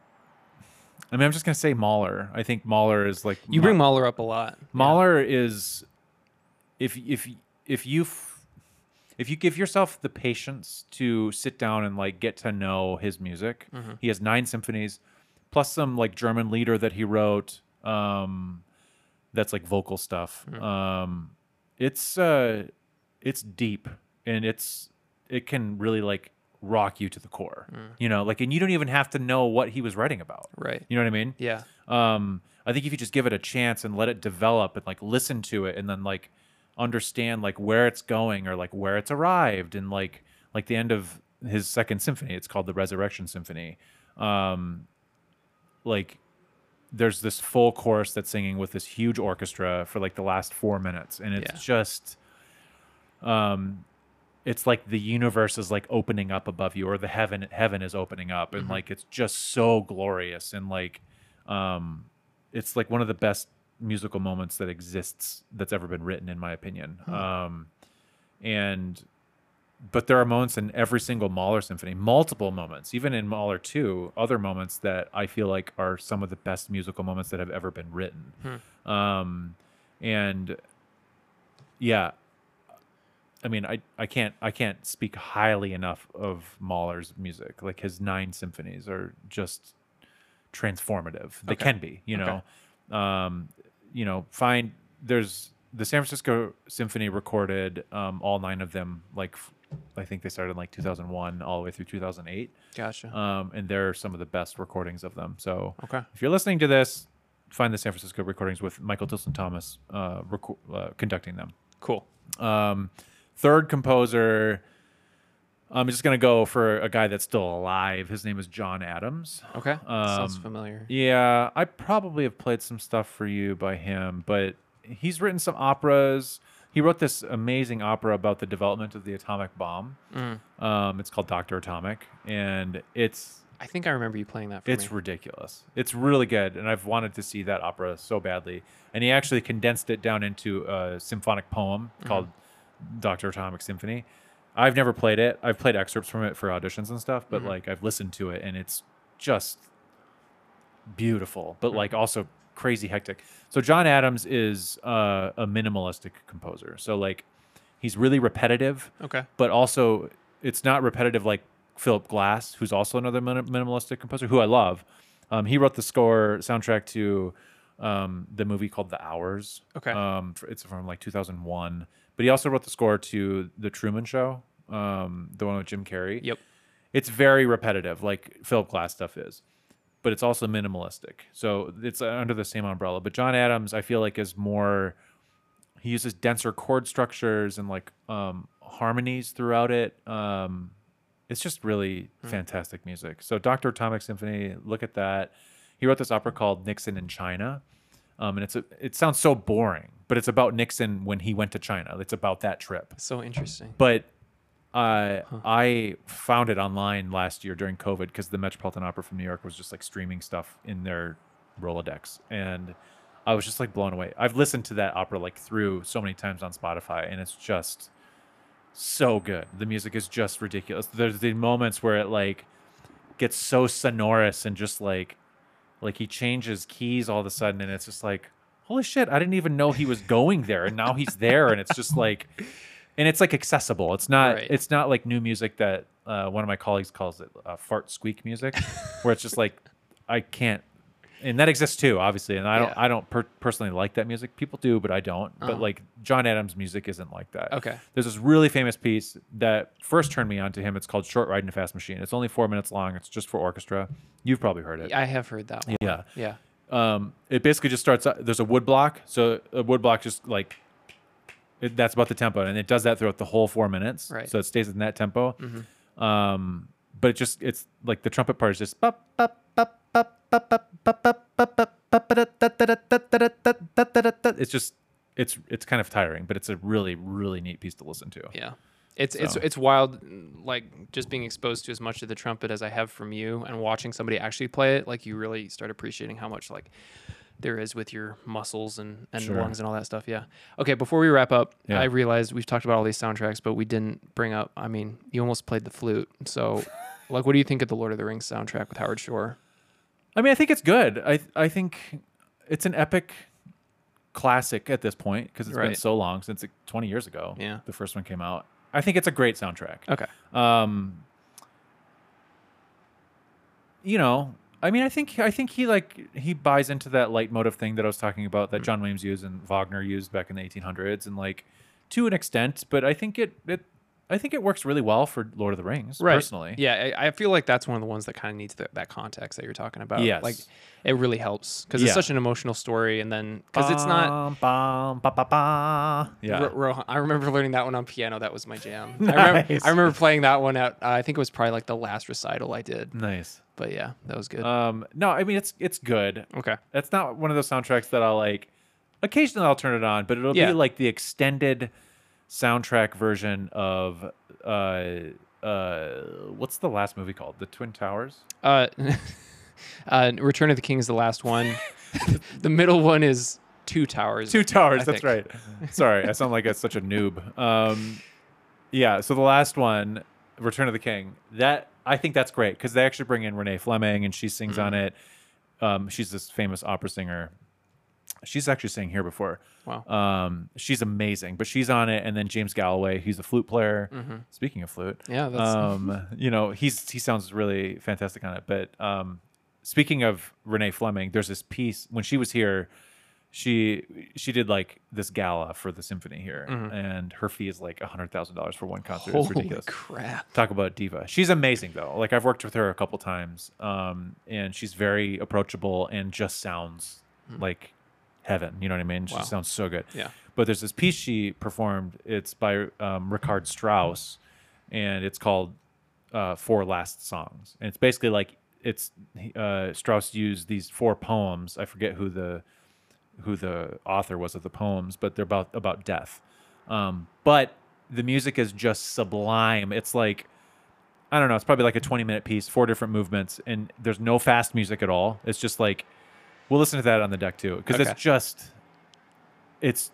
S2: I mean, I'm just gonna say Mahler. I think Mahler is like
S1: You bring Mahler up a lot. Yeah.
S2: Mahler is if if if you f- if you give yourself the patience to sit down and like get to know his music, he has nine symphonies, plus some like German leader that he wrote. Um, that's like vocal stuff. Um, it's uh, it's deep and it's it can really like rock you to the core. You know, like and you don't even have to know what he was writing about.
S1: Right.
S2: You know what I mean?
S1: Yeah.
S2: um i think if you just give it a chance and let it develop and like listen to it and then like understand like where it's going or like where it's arrived and like like the end of his second symphony it's called the resurrection symphony um like there's this full chorus that's singing with this huge orchestra for like the last four minutes, and it's
S1: Yeah.
S2: just, um, it's like the universe is like opening up above you, or the heaven heaven is opening up, and
S1: Mhm.
S2: like it's just so glorious, and like, um, it's like one of the best musical moments that exists that's ever been written, in my opinion. Um, and but there are moments in every single Mahler symphony, multiple moments, even in Mahler 2, other moments that I feel like are some of the best musical moments that have ever been written. Um, and yeah, I mean, I, I can't I can't speak highly enough of Mahler's music. Like his nine symphonies are just transformative. They
S1: Okay.
S2: can be, you
S1: Okay.
S2: know. Um, you know, find there's the San Francisco Symphony recorded um, all nine of them. Like f- I think they started in like 2001 all the way through 2008,
S1: Gotcha.
S2: um, and they're some of the best recordings of them. So
S1: okay.
S2: if you're listening to this, find the San Francisco recordings with Michael Tilson Thomas uh, reco- uh, conducting them.
S1: Cool.
S2: Um, third composer, I'm just gonna go for a guy that's still alive. His name is John Adams.
S1: Okay. Sounds
S2: Um,
S1: familiar.
S2: Yeah, I probably have played some stuff for you by him, but he's written some operas. He wrote this amazing opera about the development of the atomic bomb.
S1: Mm.
S2: Um, it's called Doctor Atomic, and it's
S1: I think I remember you playing that for
S2: it's
S1: me.
S2: ridiculous. It's really good, and I've wanted to see that opera so badly. And he actually condensed it down into a symphonic poem
S1: Mm-hmm.
S2: called Doctor Atomic Symphony. I've never played it. I've played excerpts from it for auditions and stuff,
S1: Mm-hmm.
S2: but like I've listened to it, and it's just beautiful,
S1: Mm-hmm.
S2: but like also crazy hectic. So John Adams is uh, a minimalistic composer. So like he's really repetitive
S1: Okay.
S2: but also it's not repetitive like Philip Glass, who's also another min- minimalistic composer who I love. Um, he wrote the score soundtrack to um, the movie called The Hours.
S1: Okay.
S2: Um, f- it's from like 2001, but he also wrote the score to The Truman Show, um, the one with Jim Carrey.
S1: Yep.
S2: It's very repetitive, like Philip Glass stuff is, but it's also minimalistic. So it's uh, under the same umbrella. But John Adams, I feel like, is more he uses denser chord structures and like um, harmonies throughout it. Um, it's just really fantastic music. So Dr. Atomic Symphony, look at that. He wrote this opera called Nixon in China, um, and it's a, it sounds so boring, but it's about Nixon when he went to China. It's about that trip
S1: So interesting.
S2: but uh, I found it online last year during COVID because the Metropolitan Opera from New York was just like streaming stuff in their Rolodex, and I was just like blown away. I've listened to that opera like through so many times on Spotify, and it's just so good. The music is just ridiculous. There's the moments where it like gets so sonorous and just like like he changes keys all of a sudden and it's just like holy shit i didn't even know he was going there and now he's there and it's just like and it's like accessible it's not
S1: Right.
S2: it's not like new music that uh, one of my colleagues calls it uh, fart squeak music where it's just like i can't and that exists too obviously and i don't
S1: Yeah.
S2: i don't per- personally like that music people do but i don't
S1: Uh-huh.
S2: but like john adams music isn't like that
S1: Okay.
S2: there's this really famous piece that first turned me on to him it's called short ride in a fast machine it's only four minutes long it's just for orchestra you've probably heard it
S1: I have heard that one.
S2: yeah.
S1: Yeah.
S2: Um, it basically just starts. There's a wood block, so a wood block just like it, that's about the tempo, and it does that throughout the whole four minutes.
S1: Right.
S2: So it stays in that tempo. Um, but it just it's like the trumpet part is just bup, bup, bup, bup, bup, bup, bup, bup, bup, bup, bup, da, da, da, da, da, da, da, da, da, da, da, da. it's just it's it's kind of tiring, but it's a really really neat piece to listen to.
S1: Yeah. It's it's
S2: So-
S1: it's wild mm, like just being exposed to as much of the trumpet as I have from you and watching somebody actually play it like you really start appreciating how much like there is with your muscles and and
S2: Sure.
S1: lungs and all that stuff. Yeah. Okay, before we wrap up,
S2: Yeah.
S1: I realized we've talked about all these soundtracks but we didn't bring up I mean, you almost played the flute. So like what do you think of the Lord of the Rings soundtrack with Howard Shore?
S2: I mean, I think it's good. I I think it's an epic classic at this point because it's been
S1: Right.
S2: so long since it, 20 years ago.
S1: Yeah. Uh,
S2: the first one came out. I think it's a great soundtrack.
S1: Okay.
S2: Um, you know, I mean, I think I think he like he buys into that leitmotif thing that I was talking about
S1: Mm.
S2: that John Williams used and Wagner used back in the 1800s, and like to an extent, but I think it it I think it works really well for Lord of the Rings,
S1: right.
S2: personally.
S1: Yeah, I, I feel like that's one of the ones that kind of needs the, that context that you're talking about.
S2: Yes.
S1: like it really helps because
S2: Yeah.
S1: it's such an emotional story, and then because it's not.
S2: Bum, bum, ba, ba, ba. Yeah.
S1: Ro- Rohan. I remember learning that one on piano. That was my jam. I, remember,
S2: Nice.
S1: I remember playing that one at. Uh, I think it was probably like the last recital I did.
S2: nice.
S1: But yeah, that was good.
S2: Um, no, I mean it's it's good.
S1: okay.
S2: That's not one of those soundtracks that I'll like. Occasionally, I'll turn it on, but it'll
S1: Yeah.
S2: be like the extended soundtrack version of uh uh what's the last movie called? The Twin Towers.
S1: Uh, uh, Return of the King is the last one. the middle one is Two Towers.
S2: Two Towers.
S1: I
S2: that's
S1: think.
S2: right. Sorry, I sound like a, such a noob. Um, yeah. So the last one, Return of the King. That I think that's great because they actually bring in Renee Fleming and she sings on it. Um, she's this famous opera singer. She's actually sang here before.
S1: Wow.
S2: Um, she's amazing, but she's on it. And then James Galloway, he's a flute player. Speaking of flute,
S1: Mm-hmm. Yeah, that's-
S2: um, you know, he's he sounds really fantastic on it. But um, speaking of Renee Fleming, there's this piece when she was here. She she did like this gala for the symphony here, and her fee is like hundred thousand dollars for one concert. it's
S1: Mm-hmm. Holy
S2: ridiculous
S1: crap.
S2: talk about diva she's amazing though like i've worked with her a couple times um and she's very approachable and just sounds like heaven you know what i mean she
S1: Hmm. Wow.
S2: sounds so good
S1: Yeah.
S2: but there's this piece she performed it's by um, richard strauss and it's called uh four last songs and it's basically like it's uh strauss used these four poems i forget who the who the author was of the poems, but they're about about death. Um, but the music is just sublime. It's like I don't know. It's probably like a twenty minute piece, four different movements, and there's no fast music at all. It's just like we'll listen to that on the deck too, because
S1: Okay.
S2: it's just it's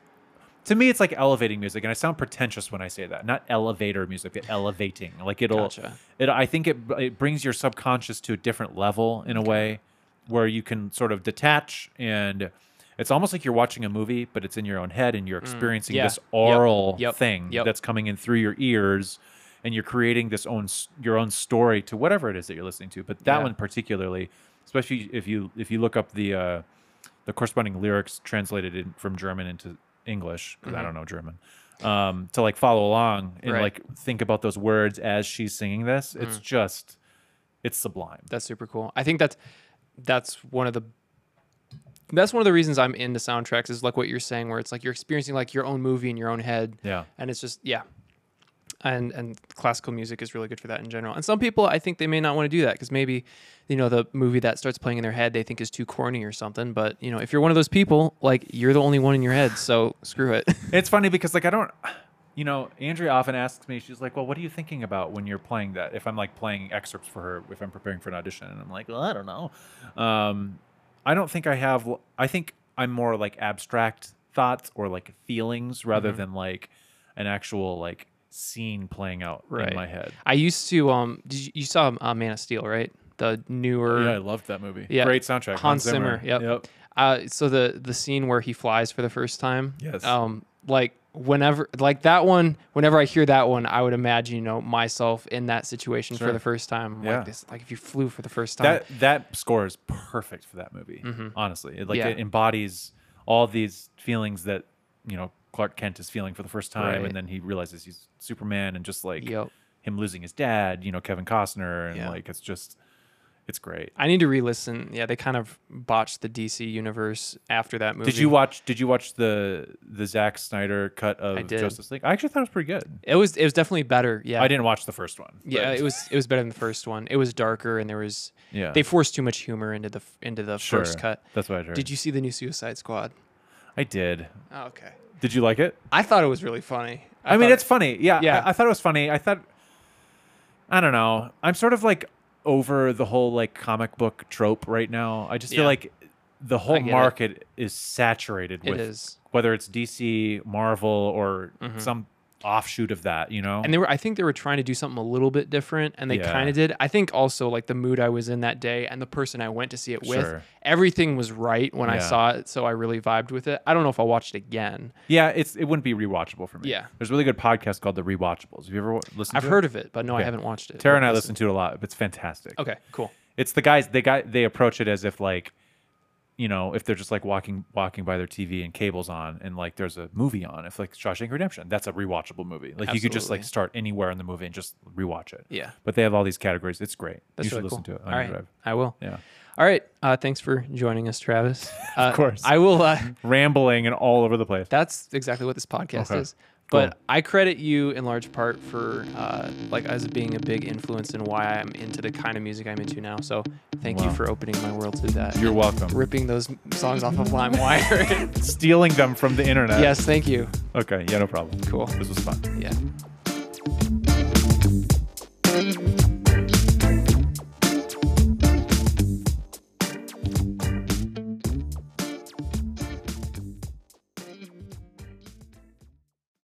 S2: to me it's like elevating music, and I sound pretentious when I say that. Not elevator music, but elevating. Like it'll
S1: Gotcha.
S2: it i think it, it brings your subconscious to a different level in a way where you can sort of detach and it's almost like you're watching a movie but it's in your own head and you're experiencing
S1: Mm, yeah.
S2: this
S1: Yep.
S2: oral
S1: Yep.
S2: thing
S1: Yep.
S2: that's coming in through your ears and you're creating this own s- your own story to whatever it is that you're listening to but that
S1: Yeah.
S2: one particularly especially if you if you look up the uh the corresponding lyrics translated in, from german into english 'cause i don't know german um to like follow along and
S1: Right.
S2: like think about those words as she's singing this. It's just, it's sublime.
S1: That's super cool. I think that's that's one of the that's one of the reasons I'm into soundtracks is like what you're saying, where it's like you're experiencing like your own movie in your own head.
S2: Yeah.
S1: And it's just yeah. And and classical music is really good for that in general. And some people I think they may not want to do that because maybe, you know, the movie that starts playing in their head they think is too corny or something. But you know, if you're one of those people, like you're the only one in your head, so screw it.
S2: It's funny because like I don't, you know, Andrea often asks me, she's like, "Well, what are you thinking about when you're playing that?" If I'm like playing excerpts for her, if I'm preparing for an audition, and I'm like, "Well, I don't know." Um, I don't think I have. I think I'm more like abstract thoughts or like feelings rather
S1: Mm-hmm.
S2: than like an actual like scene playing out
S1: Right.
S2: in my head.
S1: I used to um did you, you saw uh, Man of Steel, right? The newer
S2: Yeah, I loved that movie.
S1: Yeah.
S2: Great soundtrack.
S1: Hans Zimmer. Yep.
S2: yep.
S1: Uh, so the the scene where he flies for the first time.
S2: Yes.
S1: Um, like whenever, like that one. Whenever I hear that one, I would imagine you know myself in that situation for
S2: Sure.
S1: the first time.
S2: Yeah.
S1: Like this, like if you flew for the first time. Mm-hmm.
S2: that that score is perfect for that movie. Honestly, it, like
S1: Yeah.
S2: it embodies all these feelings that you know Clark Kent is feeling for the first time,
S1: Right.
S2: and then he realizes he's Superman, and just like
S1: Yep.
S2: him losing his dad, you know Kevin Costner, and
S1: Yeah.
S2: like it's just it's great.
S1: I need to re-listen. Yeah, they kind of botched the DC universe after that movie.
S2: Did you watch? Did you watch the the Zack Snyder cut of
S1: did.
S2: Justice League? I actually thought it was pretty good.
S1: It was it was definitely better. Yeah.
S2: I didn't watch the first one. but-
S1: Yeah, it was it was better than the first one. It was darker and there was
S2: Yeah.
S1: they forced too much humor into the f- into the
S2: sure.
S1: first cut.
S2: That's what I heard.
S1: Did you see the new Suicide Squad?
S2: I did.
S1: Oh, okay.
S2: Did you like it?
S1: I thought it was really funny.
S2: I, mean,
S1: thought-
S2: it's funny. Yeah,
S1: Yeah.
S2: I, I thought it was funny. I thought, I don't know. I'm sort of like over the whole like comic book trope right now. I just
S1: Yeah.
S2: feel like the whole
S1: get it.
S2: market is saturated
S1: It
S2: with
S1: is. Mm-hmm.
S2: whether it's DC, Marvel, or some offshoot of that. You know,
S1: and they were i think they were trying to do something a little bit different and they
S2: Yeah.
S1: kind of did i think also like the mood i was in that day and the person i went to see it with
S2: Sure.
S1: everything was right when i
S2: Yeah.
S1: saw it so i really vibed with it i don't know if i'll watch it again
S2: yeah, it's it wouldn't be rewatchable for me.
S1: Yeah.
S2: there's a really good podcast called The Rewatchables. Have you ever wa- listened?
S1: i've
S2: to
S1: heard of it but no i
S2: Okay.
S1: haven't watched it
S2: It? Tara and I
S1: Listen-
S2: listen to it a lot. It's fantastic.
S1: okay cool
S2: It's the guys. They got they approach it as if like you know, if they're just like walking walking by their TV and cables on, and like there's a movie on, if like Shawshank Redemption, that's a rewatchable movie. Like you could just
S1: Absolutely.
S2: like start anywhere in the movie and just rewatch it.
S1: Yeah.
S2: But they have all these categories. It's great.
S1: That's
S2: you should
S1: really
S2: listen
S1: cool.
S2: to it. On
S1: All
S2: your
S1: right,
S2: drive.
S1: I will.
S2: Yeah.
S1: All right. Uh, thanks for joining us, Travis. Uh,
S2: course.
S1: I will. Uh,
S2: Rambling and all over the place.
S1: that's exactly what this podcast
S2: Okay.
S1: is. But I credit you in large part for uh, like as being a big influence in why I'm into the kind of music I'm into now. So thank you
S2: Wow.
S1: for opening my world to that.
S2: You're welcome.
S1: ripping those songs off of LimeWire.
S2: Stealing them from the internet.
S1: yes, thank you.
S2: Okay. Yeah. No problem.
S1: Cool.
S2: This was fun.
S1: Yeah.